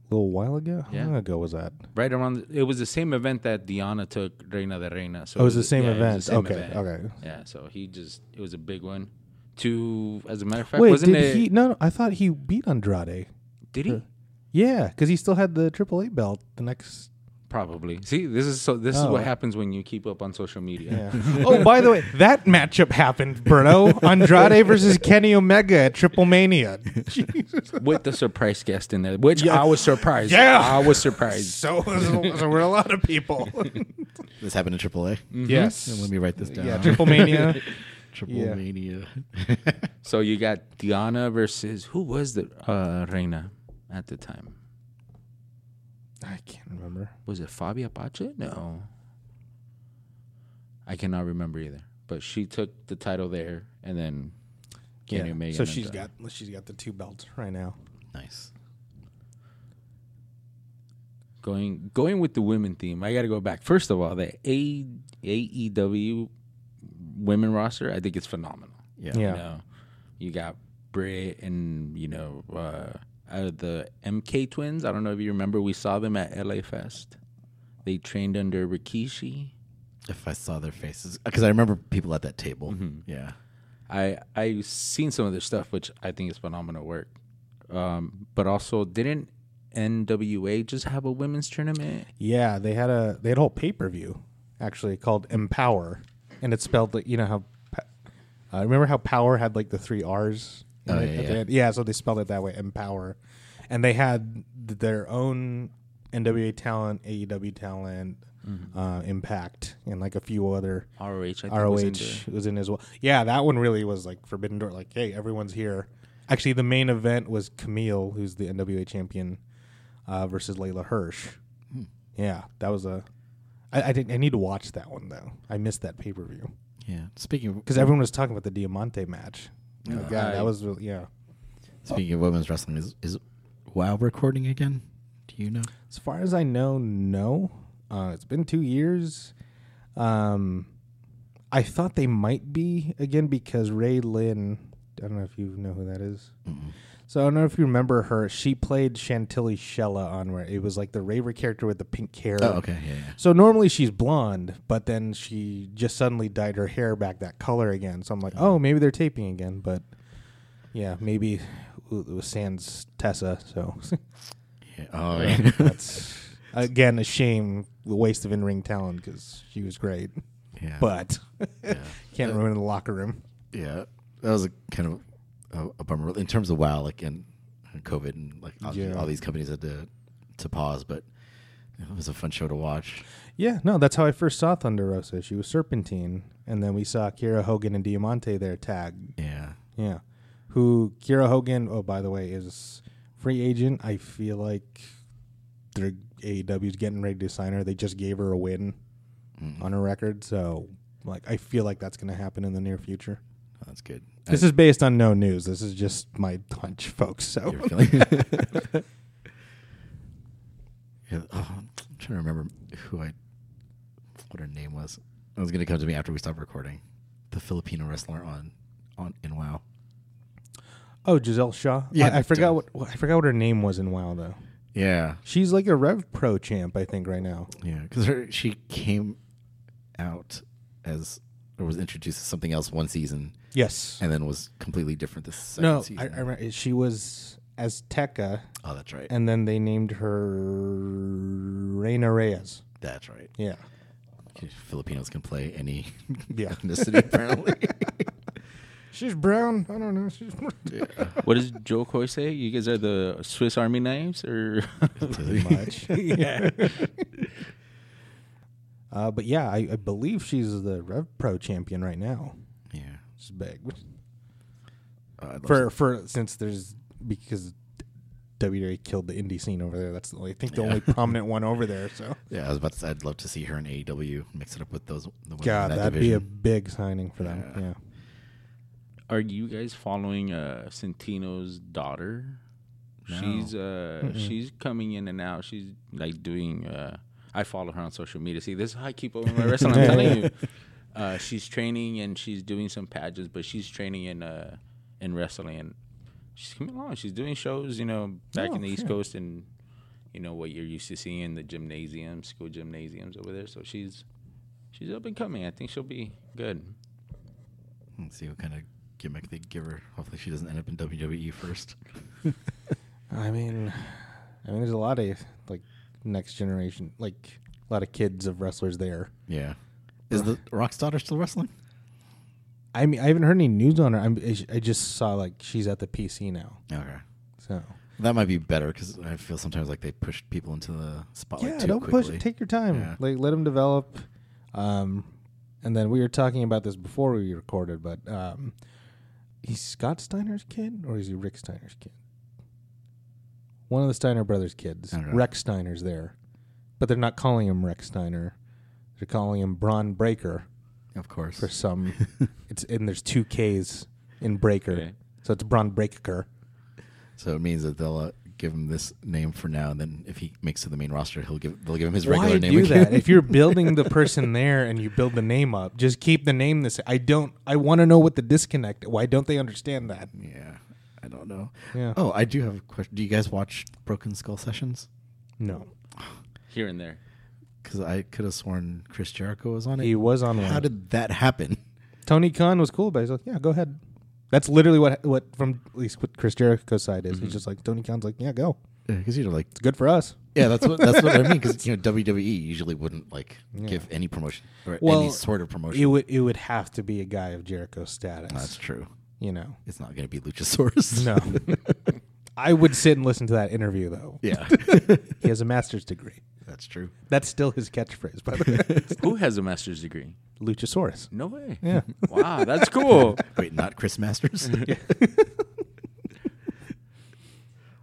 [SPEAKER 3] little while ago. How
[SPEAKER 4] Yeah.
[SPEAKER 3] long ago was that?
[SPEAKER 4] right around. It was the same event that Diana took Reina de Reina. So
[SPEAKER 3] Oh, it was the same
[SPEAKER 4] yeah, it was
[SPEAKER 3] event.
[SPEAKER 4] the same
[SPEAKER 3] okay,
[SPEAKER 4] event.
[SPEAKER 3] okay.
[SPEAKER 4] Yeah, so he just it was a big one. To as a matter of fact,
[SPEAKER 3] Wait,
[SPEAKER 4] wasn't
[SPEAKER 3] did
[SPEAKER 4] it?
[SPEAKER 3] he? No, no, I thought he beat Andrade.
[SPEAKER 4] did he?
[SPEAKER 3] Yeah, because he still had the AAA belt. The next.
[SPEAKER 4] Probably. See, this is so. This is
[SPEAKER 3] Oh.
[SPEAKER 4] what happens when you keep up on social media.
[SPEAKER 3] Yeah. oh, by the way, that matchup happened, Bruno. Andrade versus Kenny Omega at Triple Mania.
[SPEAKER 4] With the surprise guest in there, which I was surprised.
[SPEAKER 3] Yeah.
[SPEAKER 4] I was surprised.
[SPEAKER 3] so, so were a lot of people.
[SPEAKER 5] This happened in AAA.
[SPEAKER 3] Yes.
[SPEAKER 5] Let me write this down.
[SPEAKER 3] Yeah, Triple Mania.
[SPEAKER 5] Triple
[SPEAKER 3] Yeah.
[SPEAKER 5] Mania.
[SPEAKER 4] So you got Diana versus who was the uh, Reina at the time?
[SPEAKER 3] I can't remember.
[SPEAKER 4] was it Fabia Pache? No. I cannot remember either. But she took the title there and then Kenny Omega.
[SPEAKER 3] So
[SPEAKER 4] and
[SPEAKER 3] she's
[SPEAKER 4] the-
[SPEAKER 3] got she's got the two belts right now.
[SPEAKER 5] Nice.
[SPEAKER 4] going going with the women theme. I got to go back. First of all, the A, AEW women roster, I think it's phenomenal.
[SPEAKER 5] Yeah.
[SPEAKER 3] Yeah.
[SPEAKER 4] You know, you got Britt and you know uh, out of the MK twins. I don't know if you remember. We saw them at LA Fest. They trained under Rikishi.
[SPEAKER 5] If I saw their faces, because I remember people at that table. Yeah.
[SPEAKER 4] I I seen some of their stuff, which I think is phenomenal work. Um, but also, didn't NWA just have a women's tournament?
[SPEAKER 3] Yeah, they had a they had a whole pay per view actually called Empower, and it's spelled like you know how pa- uh, remember how Power had like the three R's. in
[SPEAKER 5] Oh,
[SPEAKER 3] it
[SPEAKER 5] yeah,
[SPEAKER 3] at the
[SPEAKER 5] yeah.
[SPEAKER 3] end? yeah. So they spelled it that way, Empower, and they had th- their own NWA talent, AEW talent,
[SPEAKER 5] Mm-hmm.
[SPEAKER 3] uh, Impact, and like a few other.
[SPEAKER 4] ROH, I think
[SPEAKER 3] ROH
[SPEAKER 4] was in
[SPEAKER 3] was
[SPEAKER 4] there.
[SPEAKER 3] in, as well. Yeah, that one really was like Forbidden Door. Like, hey, everyone's here. Actually, the main event was Camille, who's the NWA champion, uh, versus Layla Hirsch. Hmm. Yeah, that was a. I, I didn't. I need to watch that one though. I missed that pay per view
[SPEAKER 5] Yeah. Speaking of,
[SPEAKER 3] because everyone was talking about the Diamante match. Oh, God,
[SPEAKER 4] I-
[SPEAKER 3] that was really, yeah.
[SPEAKER 5] speaking of women's wrestling, is is WoW recording again? Do you know?
[SPEAKER 3] As far as I know, no. Uh, it's been two years. Um, I thought they might be again because Ray Lynn. I don't know if you know who that is. So I don't know if you remember her. She played Chantilly Shella on where it was like the Raver character with the pink hair.
[SPEAKER 5] Oh, okay. Yeah. yeah.
[SPEAKER 3] So normally she's blonde, but then she just suddenly dyed her hair back that color again. So I'm
[SPEAKER 5] Mm-hmm.
[SPEAKER 3] like, oh, maybe they're taping again. But yeah, maybe it was Sans Tessa. So
[SPEAKER 5] yeah. Oh, yeah.
[SPEAKER 3] that's again a shame, the waste of in-ring talent because she was great,
[SPEAKER 5] yeah.
[SPEAKER 3] but can't ruin the locker room.
[SPEAKER 5] yeah, that was a kind of a, a bummer in terms of WoW, like and and COVID and like all,
[SPEAKER 3] Yeah.
[SPEAKER 5] all these companies had to to pause, but it was a fun show to watch.
[SPEAKER 3] Yeah, no, that's how I first saw Thunder Rosa. She was Serpentine, and then we saw Kira Hogan and Diamante there tagged.
[SPEAKER 5] Yeah,
[SPEAKER 3] Yeah, who Kira Hogan? Oh, by the way, is free agent. I feel like they're AEW's getting ready to sign her. They just gave her a win on her record, so like I feel like that's going to happen in the near future.
[SPEAKER 5] Oh, that's good.
[SPEAKER 3] This is based on no news. This is just my hunch, folks. So
[SPEAKER 5] You're feeling. Yeah, oh, I'm trying to remember who I what her name was. It was gonna come to me after we stopped recording. The Filipino wrestler on on in WoW.
[SPEAKER 3] Oh, Giselle Shaw.
[SPEAKER 5] Yeah,
[SPEAKER 3] I, I forgot what what- I forgot what her name was in WoW though.
[SPEAKER 5] Yeah,
[SPEAKER 3] She's like a Rev Pro champ, I think, right now.
[SPEAKER 5] Yeah, because she came out as or was introduced as something else one season,
[SPEAKER 3] Yes.
[SPEAKER 5] and then was completely different this second
[SPEAKER 3] No, I, I
[SPEAKER 5] season.
[SPEAKER 3] remember she was Azteca,
[SPEAKER 5] oh, that's right.
[SPEAKER 3] and then they named her Reina Reyes.
[SPEAKER 5] That's right.
[SPEAKER 3] Yeah.
[SPEAKER 5] Filipinos can play any
[SPEAKER 3] Yeah.
[SPEAKER 5] ethnicity apparently.
[SPEAKER 3] She's brown. I don't know. She's
[SPEAKER 4] What does Joe Coy say? You guys are the Swiss Army knives, or
[SPEAKER 3] much. yeah. Uh, but yeah, I, I believe she's the Rev Pro champion right now.
[SPEAKER 5] yeah.
[SPEAKER 3] She's big
[SPEAKER 5] Uh, I'd love
[SPEAKER 3] for for since there's because WWE killed the indie scene over there. That's the only, I think the only prominent one over there. So
[SPEAKER 5] to- yeah, I was about to say, I'd love to see her in AEW mix it up with those. The women in
[SPEAKER 3] God,
[SPEAKER 5] that
[SPEAKER 3] that'd be a
[SPEAKER 5] division.
[SPEAKER 3] big signing for them. Yeah.
[SPEAKER 4] are you guys following uh, Santino's daughter? She's uh, she's coming in and out. She's like doing. Uh, I follow her on social media. See, this is how I keep up with my wrestling. I'm telling you, uh, she's training and she's doing some pageants, but she's training in uh, in wrestling and she's coming along. She's doing shows, you know, back in the East Coast and you know what you're used to seeing in the gymnasiums, school gymnasiums over there. So she's she's up and coming. I think she'll be good.
[SPEAKER 5] Let's see what kind of gimmick they give her. Hopefully, she doesn't end up in WWE first.
[SPEAKER 3] I mean, I mean, there's a lot of like next generation, like a lot of kids of wrestlers there.
[SPEAKER 5] Yeah. Is the Rock's daughter still wrestling?
[SPEAKER 3] I mean, I haven't heard any news on her. I'm, I just saw like she's at the PC now.
[SPEAKER 5] Okay.
[SPEAKER 3] So
[SPEAKER 5] That might be better because I feel sometimes like they push people into the spotlight
[SPEAKER 3] yeah,
[SPEAKER 5] too
[SPEAKER 3] don't
[SPEAKER 5] quickly.
[SPEAKER 3] push. Take your time.
[SPEAKER 5] Yeah.
[SPEAKER 3] Like let them develop. Um, and then we were talking about this before we recorded, but um, he's Scott Steiner's kid or is he Rick Steiner's kid? One of the Steiner brothers' kids.
[SPEAKER 5] I don't know.
[SPEAKER 3] Rex Steiner's there, but they're not calling him Rex Steiner. They're calling him Braun Breaker
[SPEAKER 5] of course.
[SPEAKER 3] for some. it's and there's two K's in Breaker,
[SPEAKER 4] Okay.
[SPEAKER 3] so it's Braun Breaker.
[SPEAKER 5] So it means that they'll uh, give him this name for now, and then if he makes it to the main roster, he'll give they'll give him his regular
[SPEAKER 3] Why
[SPEAKER 5] name.
[SPEAKER 3] do
[SPEAKER 5] again.
[SPEAKER 3] that? If you're building the person there and you build the name up, just keep the name the same. I don't. I want to know what the disconnect. Why don't they understand that?
[SPEAKER 5] yeah, I don't know.
[SPEAKER 3] Yeah.
[SPEAKER 5] Oh, I do have a question. Do you guys watch Broken Skull sessions?
[SPEAKER 3] No,
[SPEAKER 4] Here and there.
[SPEAKER 5] Because I could have sworn Chris Jericho was on it.
[SPEAKER 3] he was on
[SPEAKER 5] How
[SPEAKER 3] one.
[SPEAKER 5] did that happen?
[SPEAKER 3] Tony Khan was cool, but he's like, yeah, go ahead. That's literally what what from at least what Chris Jericho's side
[SPEAKER 5] Mm-hmm.
[SPEAKER 3] is. He's just like Tony Khan's like, yeah, go.
[SPEAKER 5] Because you know, like,
[SPEAKER 3] It's good for us.
[SPEAKER 5] yeah, that's what that's what I mean. Because you know, WWE usually wouldn't like give any promotion or any sort of promotion.
[SPEAKER 3] It would it would have to be a guy of Jericho's status.
[SPEAKER 5] that's true.
[SPEAKER 3] you know.
[SPEAKER 5] It's not going to be Luchasaurus.
[SPEAKER 3] No. I would sit and listen to that interview though.
[SPEAKER 5] yeah,
[SPEAKER 3] He has a master's degree.
[SPEAKER 5] that's true.
[SPEAKER 3] That's still his catchphrase, by the way.
[SPEAKER 4] Who has a master's degree?
[SPEAKER 3] Luchasaurus.
[SPEAKER 4] No way. Yeah. Wow, that's cool.
[SPEAKER 5] Wait, not Chris Masters.
[SPEAKER 3] Mm-hmm.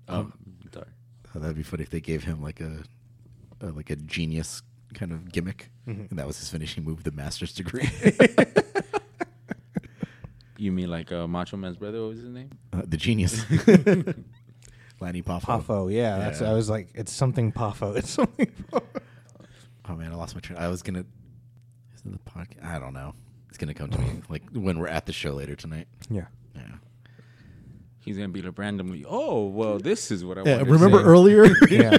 [SPEAKER 4] um, sorry.
[SPEAKER 5] Oh, that'd be funny if they gave him like a, a like a genius kind of gimmick,
[SPEAKER 3] Mm-hmm.
[SPEAKER 5] and that was his finishing move, the master's degree,
[SPEAKER 4] You mean like uh, Macho Man's brother? What was his name?
[SPEAKER 5] uh, the genius. Lanny Poffo.
[SPEAKER 3] Poffo, yeah, That's I was like, it's something Poffo. It's something.
[SPEAKER 5] Oh man, I lost my train. I was gonna. Is it the podcast? I don't know. It's gonna come to me like when we're at the show later tonight.
[SPEAKER 3] Yeah.
[SPEAKER 5] Yeah.
[SPEAKER 4] He's gonna be like randomly. Oh well, this is what I wanted to
[SPEAKER 5] remember
[SPEAKER 4] say."
[SPEAKER 5] earlier?
[SPEAKER 3] Yeah.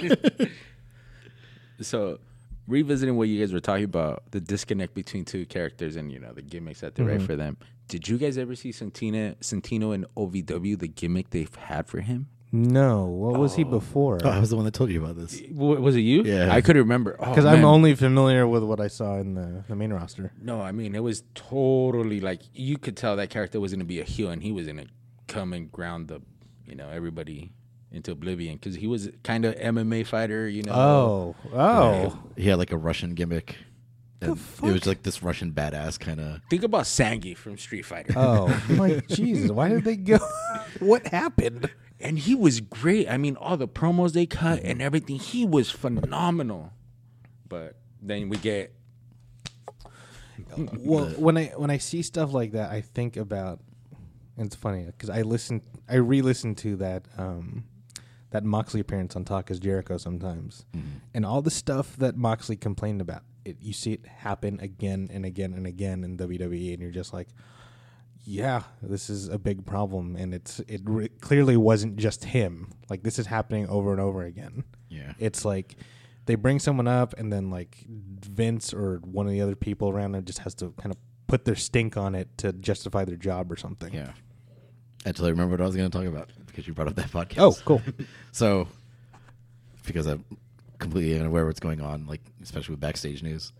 [SPEAKER 4] So, revisiting what you guys were talking about, the disconnect between two characters and you know the gimmicks that they write for them. Did you guys ever see Santina, Santino and OVW? The gimmick they've had for him.
[SPEAKER 3] no, what was he before?
[SPEAKER 5] oh, I was the one that told you about this.
[SPEAKER 4] W- was it you?
[SPEAKER 5] Yeah.
[SPEAKER 4] I could remember. Oh,
[SPEAKER 3] Because
[SPEAKER 4] Because
[SPEAKER 3] I'm only familiar with what I saw in the, the main roster.
[SPEAKER 4] No, I mean it was totally like you could tell that character was going to be a heel, and he was going to come and ground the, you know, everybody into oblivion because he was kind of MMA fighter, you know.
[SPEAKER 3] Oh, oh,
[SPEAKER 5] He had like a Russian gimmick. And It was like this Russian badass kind of.
[SPEAKER 4] think about Sangi from Street Fighter,
[SPEAKER 3] oh! I'm like Jesus, why did they go? what happened?
[SPEAKER 4] and he was great. I mean, all the promos they cut and everything, he was phenomenal. But then we get
[SPEAKER 3] Well, when I when I see stuff like that, I think about. And it's funny because I listen, I re-listen to that um, that Moxley appearance on Talk Is Jericho sometimes, and all the stuff that Moxley complained about, it, you see it happen again and again and again in WWE, and you're just like, yeah, this is a big problem, and it's it re- clearly wasn't just him. Like this is happening over and over again.
[SPEAKER 5] Yeah.
[SPEAKER 3] It's like they bring someone up and then like Vince or one of the other people around them just has to kind of put their stink on it to justify their job or something.
[SPEAKER 5] Yeah. I totally remember what I was going to talk about because you brought up that podcast.
[SPEAKER 3] Oh, cool.
[SPEAKER 5] So, because I'm completely unaware of what's going on, like especially with backstage news,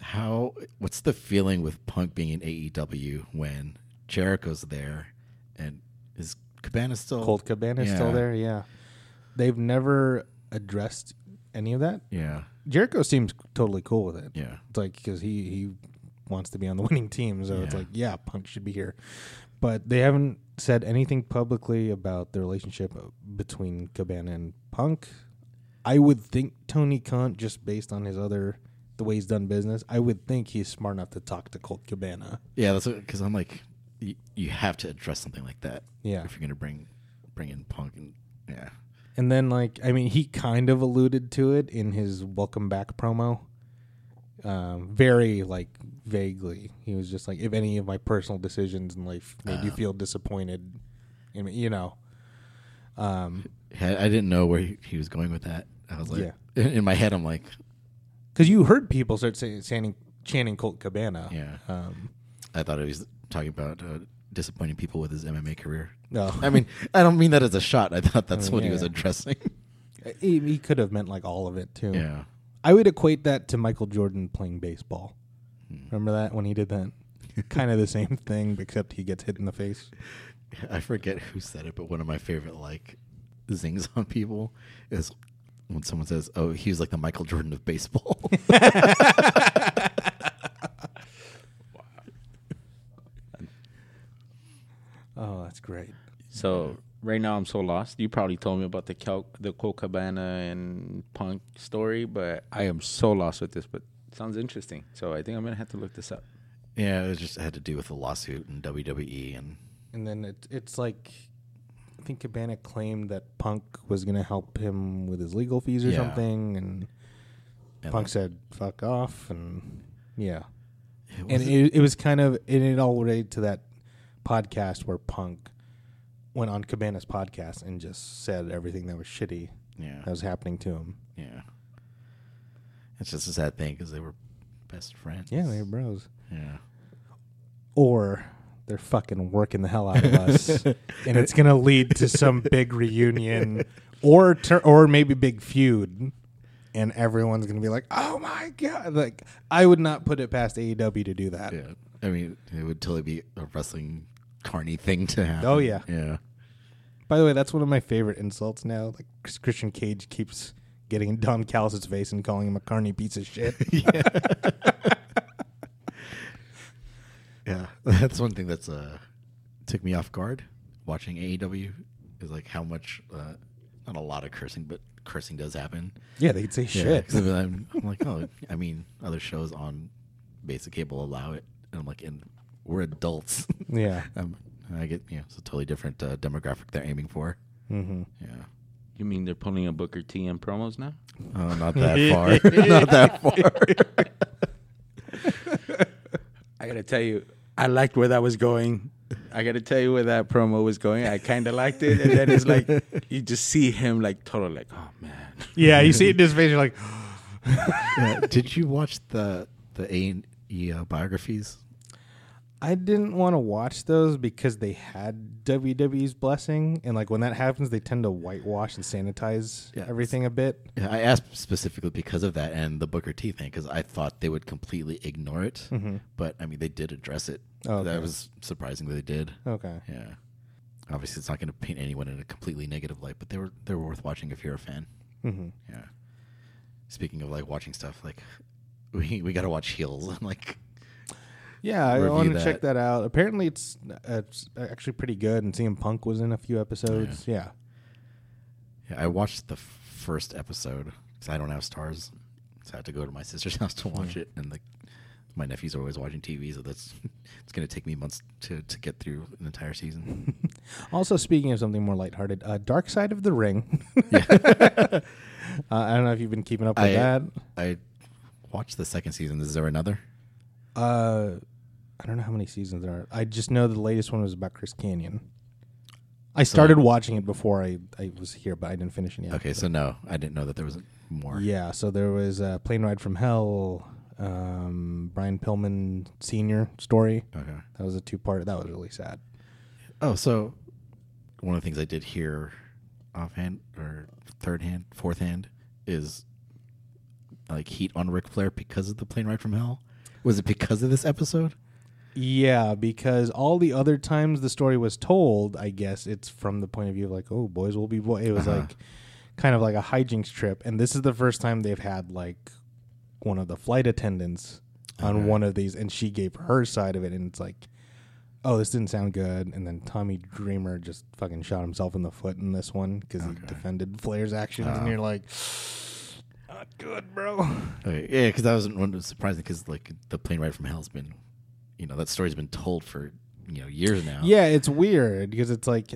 [SPEAKER 5] how what's the feeling with Punk being in AEW E when Jericho's there, and is Cabana still
[SPEAKER 3] Cold Cabana is still
[SPEAKER 5] Yeah.
[SPEAKER 3] there. Yeah, they've never addressed any of that.
[SPEAKER 5] Yeah,
[SPEAKER 3] Jericho seems totally cool with it.
[SPEAKER 5] yeah.
[SPEAKER 3] It's like because he he wants to be on the winning team, so it's
[SPEAKER 5] Yeah.
[SPEAKER 3] like yeah, Punk should be here, but they haven't said anything publicly about the relationship uh, between Cabana and Punk. I would think Tony Khan, just based on his other the way he's done business, I would think he's smart enough to talk to Colt Cabana.
[SPEAKER 5] Yeah, that's because I'm like, you, you have to address something like that.
[SPEAKER 3] Yeah.
[SPEAKER 5] if you're gonna bring bring in punk and yeah,
[SPEAKER 3] And then, like, I mean, he kind of alluded to it in his welcome back promo. Um, very like vaguely, he was just like, "If any of my personal decisions in life made
[SPEAKER 5] Uh.
[SPEAKER 3] you feel disappointed, I mean, you know." Um,
[SPEAKER 5] Had- I didn't know where he, he was going with that. I was like,
[SPEAKER 3] Yeah.
[SPEAKER 5] in, in my head, I'm like,
[SPEAKER 3] because you heard people start saying, chanting, chanting Colt Cabana.
[SPEAKER 5] yeah.
[SPEAKER 3] Um,
[SPEAKER 5] I thought he was talking about uh, disappointing people with his MMA career.
[SPEAKER 3] no,
[SPEAKER 5] I mean, I don't mean that as a shot. I thought that's what he was
[SPEAKER 3] yeah.
[SPEAKER 5] addressing.
[SPEAKER 3] he, he could have meant like all of it too.
[SPEAKER 5] yeah,
[SPEAKER 3] I would equate that to Michael Jordan playing baseball.
[SPEAKER 5] Hmm.
[SPEAKER 3] Remember that when he did that? kind of the same thing, except he gets hit in the face.
[SPEAKER 5] I forget who said it, but one of my favorite like zings on people is when someone says, "Oh, he was like the Michael Jordan of baseball."
[SPEAKER 3] Oh, that's great.
[SPEAKER 4] So right now I'm so lost. You probably told me about the Cal- the Colt Cabana and Punk story, but I am so lost with this. But it sounds interesting. So I think I'm gonna have to look this up.
[SPEAKER 5] yeah, it was just had to do with a lawsuit in WWE and
[SPEAKER 3] And then it, it's like, I think Cabana claimed that Punk was going to help him with his legal fees or
[SPEAKER 5] Yeah.
[SPEAKER 3] something. And
[SPEAKER 5] and
[SPEAKER 3] Punk said, fuck off. And yeah.
[SPEAKER 5] It
[SPEAKER 3] and it, it was kind of, and it all related to that podcast where Punk went on Cabana's podcast and just said everything that was shitty
[SPEAKER 5] Yeah,
[SPEAKER 3] that was happening to him.
[SPEAKER 5] yeah. It's just a sad thing because they were best friends.
[SPEAKER 3] Yeah, they were bros.
[SPEAKER 5] yeah.
[SPEAKER 3] Or they're fucking working the hell out of us. and it's going to lead to some big reunion or tur or maybe big feud. And everyone's going to be like, oh my God. Like, I would not put it past AEW to do that.
[SPEAKER 5] Yeah, I mean, it would totally be a wrestling carny thing to happen.
[SPEAKER 3] Oh, yeah.
[SPEAKER 5] yeah.
[SPEAKER 3] By the way, that's one of my favorite insults now. Like, Chris- Christian Cage keeps getting in Don Callis' face and calling him a carny piece of shit.
[SPEAKER 5] Yeah, that's one thing that's uh took me off guard watching AEW is like how much uh, not a lot of cursing, but cursing does happen.
[SPEAKER 3] yeah, they'd say
[SPEAKER 5] Yeah,
[SPEAKER 3] shit.
[SPEAKER 5] 'cause I'm, I'm like, oh, I mean, other shows on basic cable allow it, and I'm like, and we're adults.
[SPEAKER 3] Yeah.
[SPEAKER 5] um, I get you know, it's a totally different uh, demographic they're aiming for.
[SPEAKER 3] Mm-hmm.
[SPEAKER 5] Yeah.
[SPEAKER 4] You mean they're pulling a Booker T in promos now?
[SPEAKER 5] Oh, not that far. not that far.
[SPEAKER 4] I gotta tell you, I liked where that was going. I gotta tell you where that promo was going. I kind of liked it, and then it's like you just see him like total like, oh man.
[SPEAKER 3] Yeah, you see it in his face, you're like,
[SPEAKER 5] Yeah, Uh, Did you watch the the A and E uh, biographies?
[SPEAKER 3] I didn't want to watch those because they had WWE's blessing, and like when that happens, they tend to whitewash and sanitize
[SPEAKER 5] Yeah.
[SPEAKER 3] everything a bit.
[SPEAKER 5] Yeah, I asked specifically because of that and the Booker T thing because I thought they would completely ignore it, but I mean they did address it.
[SPEAKER 3] Mm-hmm. Oh, okay.
[SPEAKER 5] That was surprising that they did.
[SPEAKER 3] Okay,
[SPEAKER 5] Yeah, obviously it's not going to paint anyone in a completely negative light, but they were they were worth watching if you're a fan.
[SPEAKER 3] hmm
[SPEAKER 5] Yeah. Speaking of like watching stuff, like we we got to watch Heels. I'm like,
[SPEAKER 3] yeah, I
[SPEAKER 5] Review
[SPEAKER 3] want to
[SPEAKER 5] that.
[SPEAKER 3] check that out. Apparently, it's uh, it's actually pretty good, and CM Punk was in a few episodes. Yeah,
[SPEAKER 5] yeah, I watched the first episode because I don't have stars, so I had to go to my sister's house to watch it, and like. My nephews are always watching TV, so that's it's going to take me months to, to get through an entire season.
[SPEAKER 3] Also, speaking of something more lighthearted, uh, Dark Side of the Ring. uh, I don't know if you've been keeping up with
[SPEAKER 5] I-
[SPEAKER 3] that.
[SPEAKER 5] I watched the second season. Is there another?
[SPEAKER 3] Uh, I don't know how many seasons there are. I just know the latest one was about Chris Canyon. I started watching it before I, I was here, but I didn't finish it yet.
[SPEAKER 5] Okay, so no, I didn't know that there was more.
[SPEAKER 3] Yeah, so there was a plane ride from hell, um, Brian Pillman senior story.
[SPEAKER 5] Okay.
[SPEAKER 3] That was a two part. That was really sad.
[SPEAKER 5] Oh, so one of the things I did hear offhand or third hand, fourth hand is like heat on Ric Flair because of the plane ride from hell. Was it because of this episode?
[SPEAKER 3] Yeah, because all the other times the story was told, I guess it's from the point of view of like, oh, boys will be boys. It was like kind of like a hijinks trip, and this is the first time they've had like one of the flight attendants on one of these, and she gave her side of it, and it's like, oh, this didn't sound good. And then Tommy Dreamer just fucking shot himself in the foot in this one because he defended Flair's actions, and you're like, not good, bro.
[SPEAKER 5] Okay, Oh, yeah, because that was one was surprising because like the plane ride from hell's been, you know, that story's been told for you know years now.
[SPEAKER 3] Yeah, it's weird because it's like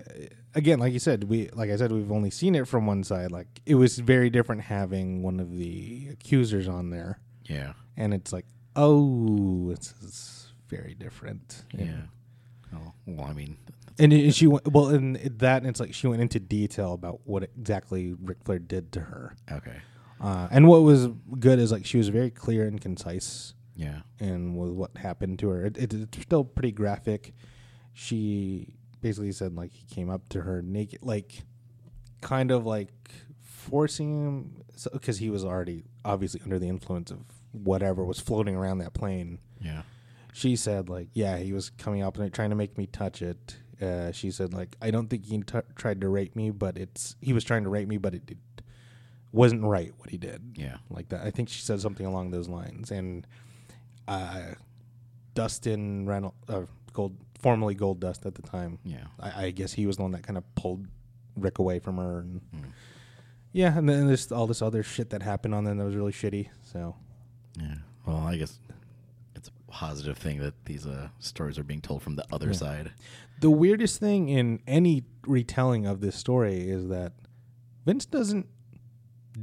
[SPEAKER 3] again, like you said, we like I said, we've only seen it from one side. Like it was very different having one of the accusers on there,
[SPEAKER 5] yeah,
[SPEAKER 3] and it's like, oh, this is very different.
[SPEAKER 5] yeah. Oh, well, I mean,
[SPEAKER 3] And it- she went well, and it- that and it's like she went into detail about what exactly Ric Flair did to her.
[SPEAKER 5] okay,
[SPEAKER 3] Uh, and what was good is like she was very clear and concise
[SPEAKER 5] yeah,
[SPEAKER 3] and with what happened to her. It, it, it's still pretty graphic. She basically said like he came up to her naked, like kind of like forcing him because he was already obviously under the influence of whatever was floating around that plane.
[SPEAKER 5] yeah,
[SPEAKER 3] She said like yeah he was coming up and trying to make me touch it. Uh, she said like I don't think he t- tried to rape me, but it's he was trying to rape me, but it, it wasn't right what he did
[SPEAKER 5] yeah,
[SPEAKER 3] like that. I think she said something along those lines. And uh, Dustin Reynolds, uh, Gold, formerly Gold Dust at the time,
[SPEAKER 5] yeah.
[SPEAKER 3] I, I guess he was the one that kind of pulled Rick away from her. And yeah, and then there's all this other shit that happened on them that was really shitty. So
[SPEAKER 5] Yeah. Well, I guess it's a positive thing that these uh, stories are being told from the other side.
[SPEAKER 3] the weirdest thing in any retelling of this story is that Vince doesn't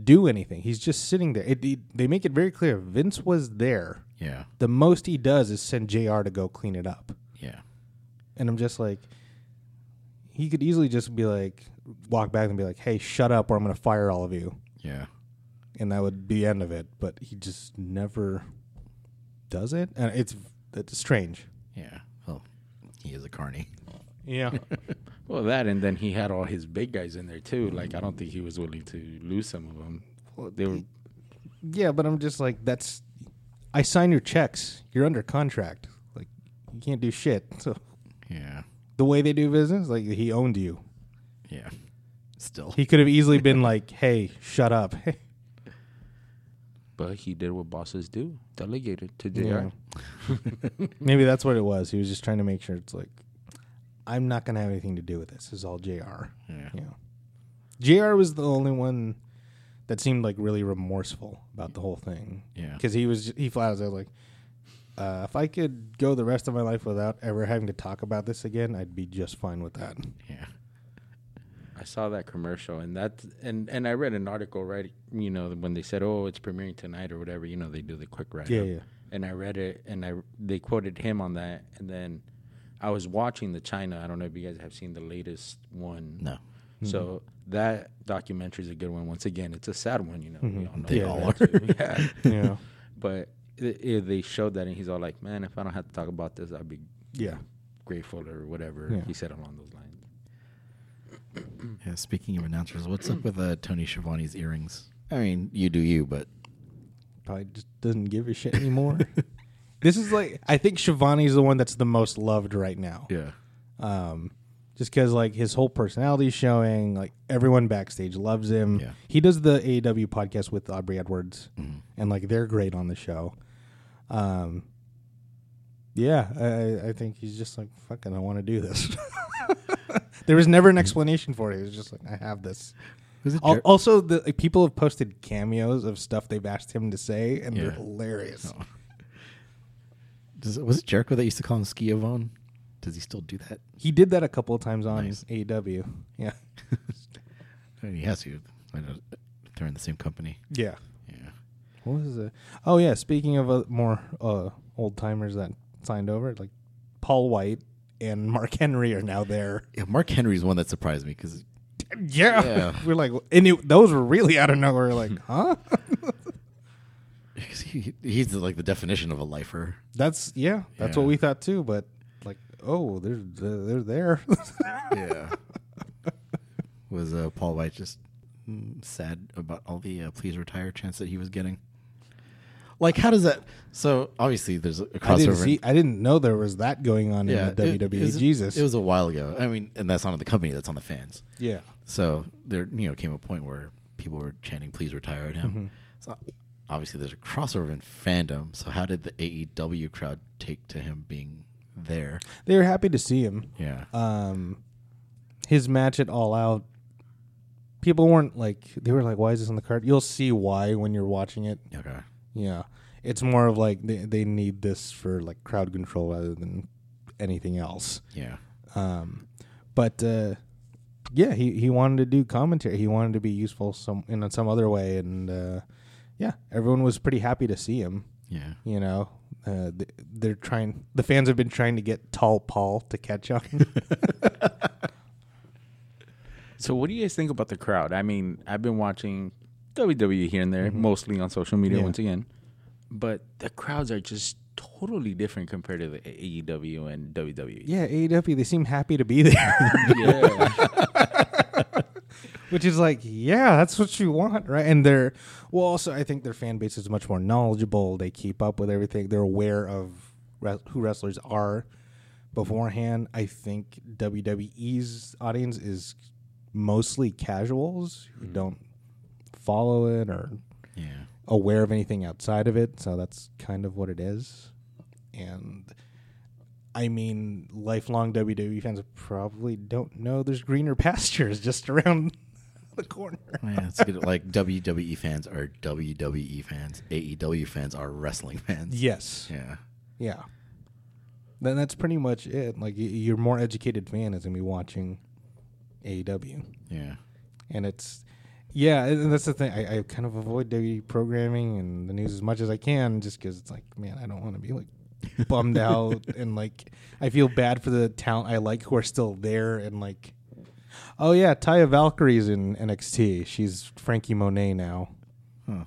[SPEAKER 3] do anything. He's just sitting there. It, it, they make it very clear Vince was there.
[SPEAKER 5] Yeah.
[SPEAKER 3] The most he does is send JR to go clean it up.
[SPEAKER 5] Yeah.
[SPEAKER 3] and I'm just like, he could easily just be like, walk back and be like, "Hey, shut up, or I'm gonna fire all of you,"
[SPEAKER 5] Yeah.
[SPEAKER 3] and that would be the end of it. But he just never does it, and it's it's strange.
[SPEAKER 5] Yeah. Well, he is a carny.
[SPEAKER 3] Yeah,
[SPEAKER 4] Well, that and then he had all his big guys in there too. Like I don't think he was willing to lose some of them. They were
[SPEAKER 3] yeah, but I'm just like, that's I sign your checks. You're under contract. Like you can't do shit. So
[SPEAKER 5] Yeah.
[SPEAKER 3] the way they do business, like he owned you.
[SPEAKER 5] Yeah. Still.
[SPEAKER 3] He could have easily been like, "Hey, shut up."
[SPEAKER 4] but he did what bosses do. Delegated to JR.
[SPEAKER 3] Maybe that's what it was. He was just trying to make sure it's like, I'm not going to have anything to do with this. This is all JR.
[SPEAKER 5] Yeah.
[SPEAKER 3] You know? JR was the only one that seemed like really remorseful about the whole thing.
[SPEAKER 5] Yeah.
[SPEAKER 3] Because he was, he flat out said, like, uh, if I could go the rest of my life without ever having to talk about this again, I'd be just fine with that.
[SPEAKER 5] Yeah.
[SPEAKER 4] I saw that commercial and that and and I read an article right you know when they said oh it's premiering tonight or whatever you know they do the quick write
[SPEAKER 3] Yeah, yeah.
[SPEAKER 4] and I read it and I they quoted him on that and then I was watching the China I don't know if you guys have seen the latest one
[SPEAKER 5] No.
[SPEAKER 4] so
[SPEAKER 3] Mm-hmm.
[SPEAKER 4] that documentary is a good one once again it's a sad one you know
[SPEAKER 3] Mm-hmm.
[SPEAKER 4] we all know
[SPEAKER 5] They
[SPEAKER 4] that
[SPEAKER 5] all
[SPEAKER 4] too. yeah
[SPEAKER 3] Yeah.
[SPEAKER 4] but it, it, they showed that and he's all like man if I don't have to talk about this I'd be
[SPEAKER 3] yeah.
[SPEAKER 4] grateful or whatever
[SPEAKER 3] Yeah.
[SPEAKER 4] he said along those lines
[SPEAKER 5] Yeah. Speaking of announcers, what's up with uh, Tony Schiavone's earrings? I mean, you do you, but
[SPEAKER 3] Probably just doesn't give a shit anymore. this is like, I think Shivani's the one that's the most loved right now.
[SPEAKER 5] yeah.
[SPEAKER 3] um, just because like his whole personality is showing like everyone backstage loves him
[SPEAKER 5] Yeah.
[SPEAKER 3] he does the aew podcast with aubrey edwards
[SPEAKER 5] Mm-hmm.
[SPEAKER 3] and like they're great on the show um, yeah I- I, I think he's just like fucking i want to do this there was never an explanation for it it was just like i have this
[SPEAKER 5] Who's it?
[SPEAKER 3] Al-
[SPEAKER 5] Jer-
[SPEAKER 3] also the like, people have posted cameos of stuff they've asked him to say and they're
[SPEAKER 5] Yeah.
[SPEAKER 3] hilarious
[SPEAKER 5] Oh. Does it, was it Jericho that used to call him Skiavone? Does he still do that?
[SPEAKER 3] he did that a couple of times on
[SPEAKER 5] Nice.
[SPEAKER 3] aew yeah
[SPEAKER 5] I mean, he has to. I know they're in the same company.
[SPEAKER 3] yeah
[SPEAKER 5] Yeah.
[SPEAKER 3] What was it? Oh yeah, speaking of uh, more uh, old timers that signed over, like Paul White and Mark Henry are now there.
[SPEAKER 5] Yeah, Mark Henry's one that surprised me because
[SPEAKER 3] Yeah,
[SPEAKER 5] Yeah.
[SPEAKER 3] we're like, and it, those were really out of nowhere. Like, huh?
[SPEAKER 5] he, he's the, like the definition of a lifer.
[SPEAKER 3] That's yeah, that's what we thought too. But like, oh, they're they're, they're there.
[SPEAKER 5] Yeah. was uh, Paul White just mm, sad about all the uh, please retire chants that he was getting? Like, how does that? So obviously, there's a crossover.
[SPEAKER 3] I didn't
[SPEAKER 5] in-
[SPEAKER 3] see. I didn't know there was that going on
[SPEAKER 5] yeah,
[SPEAKER 3] in the
[SPEAKER 5] it-
[SPEAKER 3] WWE.
[SPEAKER 5] it was-
[SPEAKER 3] Jesus.
[SPEAKER 5] E. It was a while ago. I mean, and that's not on the company. That's on the fans.
[SPEAKER 3] yeah.
[SPEAKER 5] So there, you know, came a point where people were chanting, "Please retire him." So obviously, there's a crossover in fandom. So how did the AEW crowd take to him being there?
[SPEAKER 3] They were happy to see him.
[SPEAKER 5] Yeah,
[SPEAKER 3] Um, his match at All Out. People weren't like they were like, "Why is this on the card?" You'll see why when you're watching it.
[SPEAKER 5] okay,
[SPEAKER 3] Yeah, it's more of like they they need this for like crowd control rather than anything else.
[SPEAKER 5] yeah,
[SPEAKER 3] Um, but uh, yeah, he, he wanted to do commentary. He wanted to be useful some in some other way, and uh, yeah, everyone was pretty happy to see him.
[SPEAKER 5] yeah.
[SPEAKER 3] You know, uh, th- they're trying. The fans have been trying to get Tall Paul to catch on.
[SPEAKER 4] So, what do you guys think about the crowd? I mean, I've been watching WWE here and there, mostly on social media
[SPEAKER 3] Mm-hmm. Yeah.
[SPEAKER 4] once again, but the crowds are just totally different compared to the AEW and E. WWE.
[SPEAKER 3] yeah, AEW. They seem happy to be there,
[SPEAKER 4] Yeah.
[SPEAKER 3] which is like, yeah, that's what you want, right? And they're well. Also, I think their fan base is much more knowledgeable. They keep up with everything. They're aware of wres- who wrestlers are beforehand. I think WWE's audience is mostly casuals who don't follow it or
[SPEAKER 5] Yeah.
[SPEAKER 3] aware of anything outside of it. So that's kind of what it is. And I mean, lifelong WWE fans probably don't know there's greener pastures just around the corner.
[SPEAKER 5] Yeah, it's good. Like WWE fans are WWE fans. AEW fans are wrestling fans.
[SPEAKER 3] Yes.
[SPEAKER 5] Yeah.
[SPEAKER 3] Yeah. Then that's pretty much it. Like y- your more educated fan is gonna be watching E AEW,
[SPEAKER 5] Yeah.
[SPEAKER 3] and it's yeah, and that's the thing. I, I kind of avoid WWE programming and the news as much as I can, just because it's like, man, I don't want to be like bummed out and like I feel bad for the talent I like who are still there and like, oh yeah, Taya Valkyrie's in NXT. She's Frankie Monet now.
[SPEAKER 5] Huh.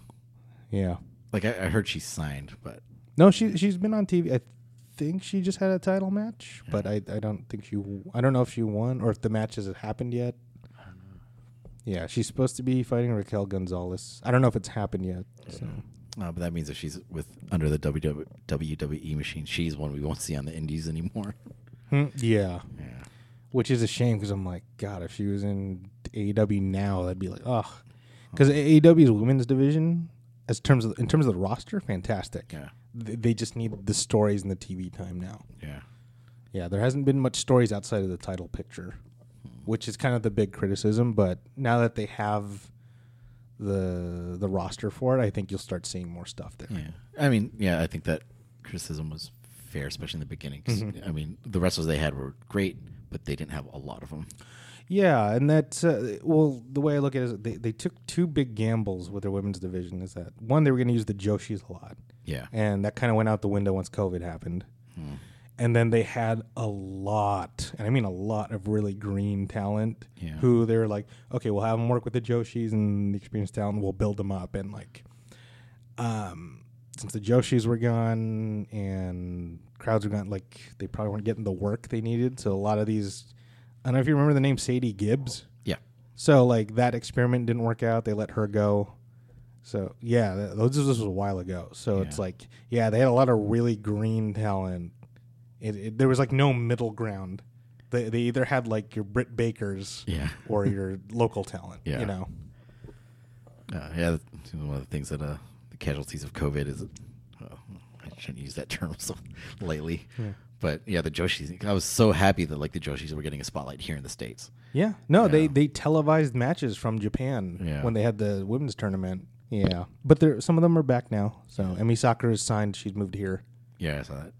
[SPEAKER 3] Yeah.
[SPEAKER 5] Like I, I heard she signed, but
[SPEAKER 3] No, she she's been on TV. I think she just had a title match, but I, I don't think she I don't know if she won or if the match has happened yet. Yeah, she's supposed to be fighting Raquel Gonzalez. I don't know if it's happened yet. So.
[SPEAKER 5] uh, but that means if she's with under the WW, WWE machine, she's one we won't see on the Indies anymore.
[SPEAKER 3] Hmm, Yeah,
[SPEAKER 5] Yeah.
[SPEAKER 3] which is a shame because I'm like, God, if she was in AEW now, that'd be like, ugh. Because AEW's women's division, as terms of, in terms of the roster, fantastic.
[SPEAKER 5] Yeah.
[SPEAKER 3] They, they just need the stories and the TV time now.
[SPEAKER 5] Yeah.
[SPEAKER 3] Yeah, there hasn't been much stories outside of the title picture, which is kind of the big criticism. But now that they have the the roster for it, I think you'll start seeing more stuff there.
[SPEAKER 5] Yeah. I mean, yeah, I think that criticism was fair, especially in the beginning. 'cause, I mean, the wrestlers they had were great, but they didn't have a lot of them.
[SPEAKER 3] Yeah, and that's uh, well, the way I look at it is they they took two big gambles with their women's division. Is that one they were going to use the Joshis a lot,
[SPEAKER 5] Yeah. Hmm.
[SPEAKER 3] and that kind of went out the window once COVID happened. And then they had a lot, and I mean a lot of really green talent
[SPEAKER 5] Yeah.
[SPEAKER 3] who they were like, okay, we'll have them work with the Joshis and the experienced talent, we'll build them up. And like, um, since the Joshis were gone and crowds were gone, like, they probably weren't getting the work they needed. So a lot of these, I don't know if you remember the name Sadie Gibbs.
[SPEAKER 5] Yeah.
[SPEAKER 3] So like that experiment didn't work out. They let her go. So yeah, th- those this was a while ago. So it's
[SPEAKER 5] Yeah.
[SPEAKER 3] like yeah, they had a lot of really green talent. It, it, there was like no middle ground. They they either had like your Britt Bakers
[SPEAKER 5] Yeah.
[SPEAKER 3] or your local talent.
[SPEAKER 5] Yeah.
[SPEAKER 3] You know.
[SPEAKER 5] Uh, yeah. That's one of the things that uh, the casualties of COVID is. Uh, I shouldn't use that term so lately. But yeah, the Joshis. I was so happy that like the Joshis were getting a spotlight here in the states.
[SPEAKER 3] Yeah. No, they they televised matches from Japan
[SPEAKER 5] Yeah.
[SPEAKER 3] when they had the women's tournament. Yeah, but there some of them are back now. So Emi Sakura is signed. She's moved here.
[SPEAKER 5] Yeah, I saw that.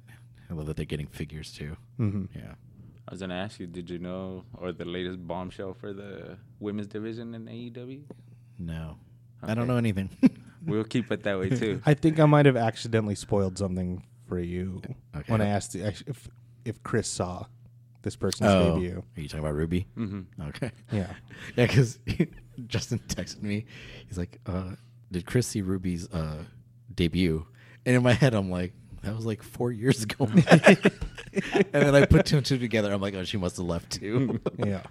[SPEAKER 5] I love that they're getting figures too. Mm-hmm. Yeah.
[SPEAKER 4] I was going to ask you, did you know, or the latest bombshell for the women's division in E AEW?
[SPEAKER 5] No, I don't know anything.
[SPEAKER 4] We'll keep it that way too.
[SPEAKER 3] I think I might have accidentally spoiled something for you
[SPEAKER 5] Okay.
[SPEAKER 3] when I asked if if Chris saw this person's
[SPEAKER 5] oh, are
[SPEAKER 3] debut.
[SPEAKER 5] you talking about Ruby? Mm-hmm. Okay.
[SPEAKER 3] Yeah.
[SPEAKER 5] Yeah, because Justin texted me. He's like, uh, "Did Chris see Ruby's uh, debut?" And in my head, I'm like, "That was like four years ago." and then I put two and two together. I'm like, "Oh, she must have left too."
[SPEAKER 3] Yeah.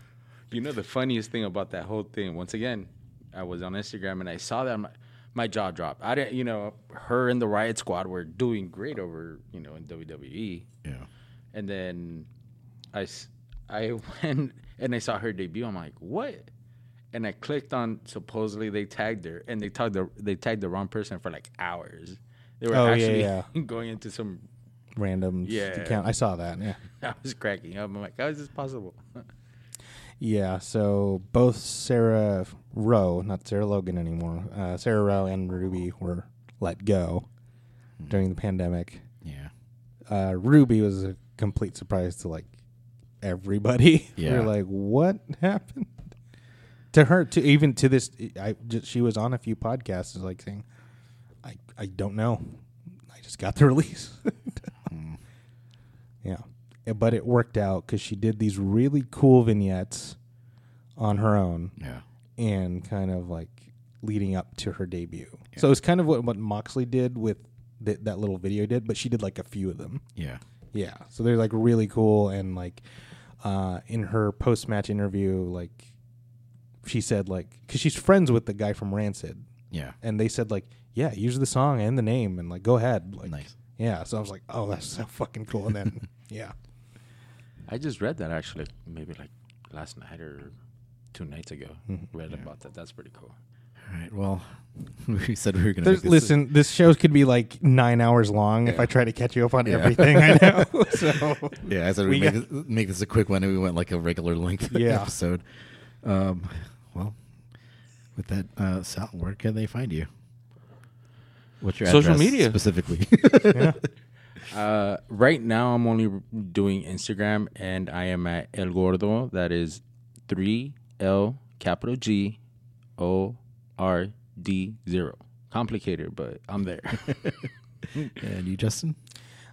[SPEAKER 4] You know the funniest thing about that whole thing? Once again, I was on Instagram and I saw that. I'm like, my jaw dropped. I didn't, you know, her and the Riot Squad were doing great over, you know, in WWE,
[SPEAKER 5] Yeah.
[SPEAKER 4] and then I, s- I went and I saw her debut. I'm like, what? And I clicked on supposedly they tagged her and they tagged the they tagged the wrong person for like hours. They were
[SPEAKER 3] Oh, yeah,
[SPEAKER 4] actually
[SPEAKER 3] yeah.
[SPEAKER 4] going into some.
[SPEAKER 3] Random
[SPEAKER 4] Yeah.
[SPEAKER 3] account. I saw that. Yeah.
[SPEAKER 4] I was cracking up. I'm like, how is this possible?
[SPEAKER 3] Yeah, so both Sarah Rowe, not Sarah Logan anymore, uh, Sarah Rowe and Ruby were let go during the pandemic.
[SPEAKER 5] Yeah.
[SPEAKER 3] Uh, Ruby was a complete surprise to like everybody.
[SPEAKER 5] Yeah.
[SPEAKER 3] We're like, what happened to her? To even to this, I just, she was on a few podcasts, like saying, I I don't know, I just got the release. Yeah. Eh, But it worked out because she did these really cool vignettes on her own
[SPEAKER 5] Yeah.
[SPEAKER 3] and kind of like leading up to her debut. So it's kind of what, what Moxley did with th- that little video did, but she did like a few of them.
[SPEAKER 5] Yeah.
[SPEAKER 3] Yeah. So they're like really cool and like uh, in her post match interview, like she said like because she's friends with the guy from Rancid,
[SPEAKER 5] Yeah.
[SPEAKER 3] and they said like yeah use the song and the name and like go ahead like
[SPEAKER 5] Nice.
[SPEAKER 3] yeah. So I was like oh that's so fucking cool and then yeah.
[SPEAKER 4] I just read that actually, maybe like last night or two nights ago. Read about that. That's pretty cool.
[SPEAKER 5] All right. Well, we said we were going to
[SPEAKER 3] There's, listen, this show could be like nine hours long if I try to catch you up on everything I know. so
[SPEAKER 5] Yeah, I said
[SPEAKER 3] We
[SPEAKER 5] we make, this, make this a quick one, and we went like a regular length
[SPEAKER 3] Yeah.
[SPEAKER 5] episode. Um, well, with that, uh, Sal, where can they find you? What's your
[SPEAKER 4] Social
[SPEAKER 5] address
[SPEAKER 4] media.
[SPEAKER 5] specifically?
[SPEAKER 4] Uh, right now, I'm only doing Instagram, and I am at El Gordo. That is three L capital G O R D zero. Complicated, but I'm there.
[SPEAKER 5] and you, Justin?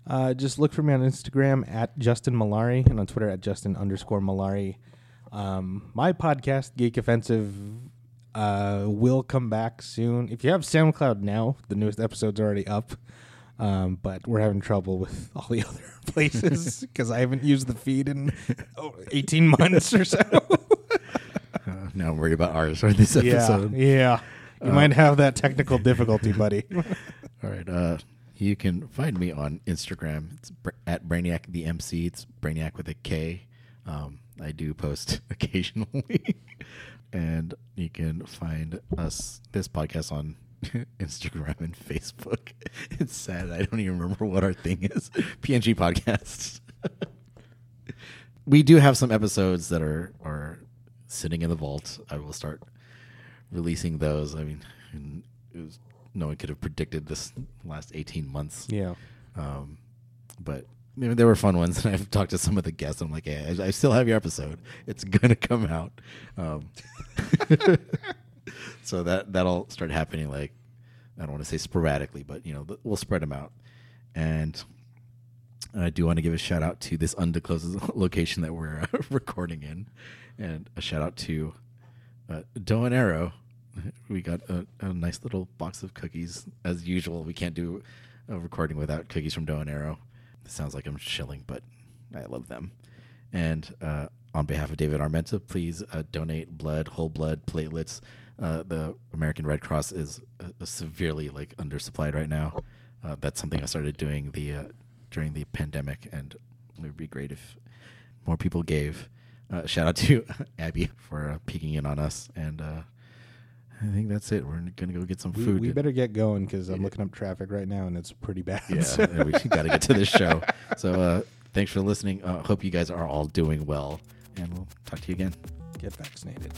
[SPEAKER 3] uh, just look for me on Instagram at Justin Malari and on Twitter at Justin underscore Malari. Um, my podcast, Geek Offensive, uh, will come back soon. If you have SoundCloud now, the newest episode's already up. Um, but we're having trouble with all the other places because I haven't used the feed in oh, 18 months or so.
[SPEAKER 5] Uh, now I'm worried about ours for this
[SPEAKER 3] Yeah,
[SPEAKER 5] episode. Uh,
[SPEAKER 3] yeah. You might have that technical difficulty, buddy.
[SPEAKER 5] All right. Uh, you can find me on Instagram. It's br- at Brainiac the MC. It's Brainiac with a K. Um, I do post occasionally, and you can find us this podcast on Instagram and Facebook. It's sad. I don't even remember what our thing is. PNG podcast. we do have some episodes that are are sitting in the vault. I will start releasing those. I mean, and it was, no one could have predicted this last 18 months,
[SPEAKER 3] yeah.
[SPEAKER 5] um, but you know, there were fun ones. And I've talked to some of the guests. I'm like, yeah, I, I still have your episode. It's gonna come out. Um, so that that'll start happening. Like, I don't want to say sporadically, but you know, th- we'll spread them out. And I do want to give a shout out to this undisclosed location that we're uh, recording in, and a shout out to uh, Doe and Arrow. We got a, a nice little box of cookies as usual. We can't do a recording without cookies from Doe and Arrow. It sounds like I'm shilling, but I love them. And uh, on behalf of David Armenta, please uh, donate blood, whole blood, platelets. Uh, the American Red Cross is uh, severely like undersupplied right now. Uh, that's something I started doing the uh, during the pandemic, and it would be great if more people gave. Uh, shout out to Abby for uh, peeking in on us, and uh, I think that's it. We're gonna go get some
[SPEAKER 3] We,
[SPEAKER 5] food.
[SPEAKER 3] we better get going because I'm looking up traffic right now and it's pretty bad.
[SPEAKER 5] Yeah,
[SPEAKER 3] so-
[SPEAKER 5] and we got to get to this show. So uh, thanks for listening. Uh, hope you guys are all doing well, and we'll talk to you again.
[SPEAKER 3] get vaccinated.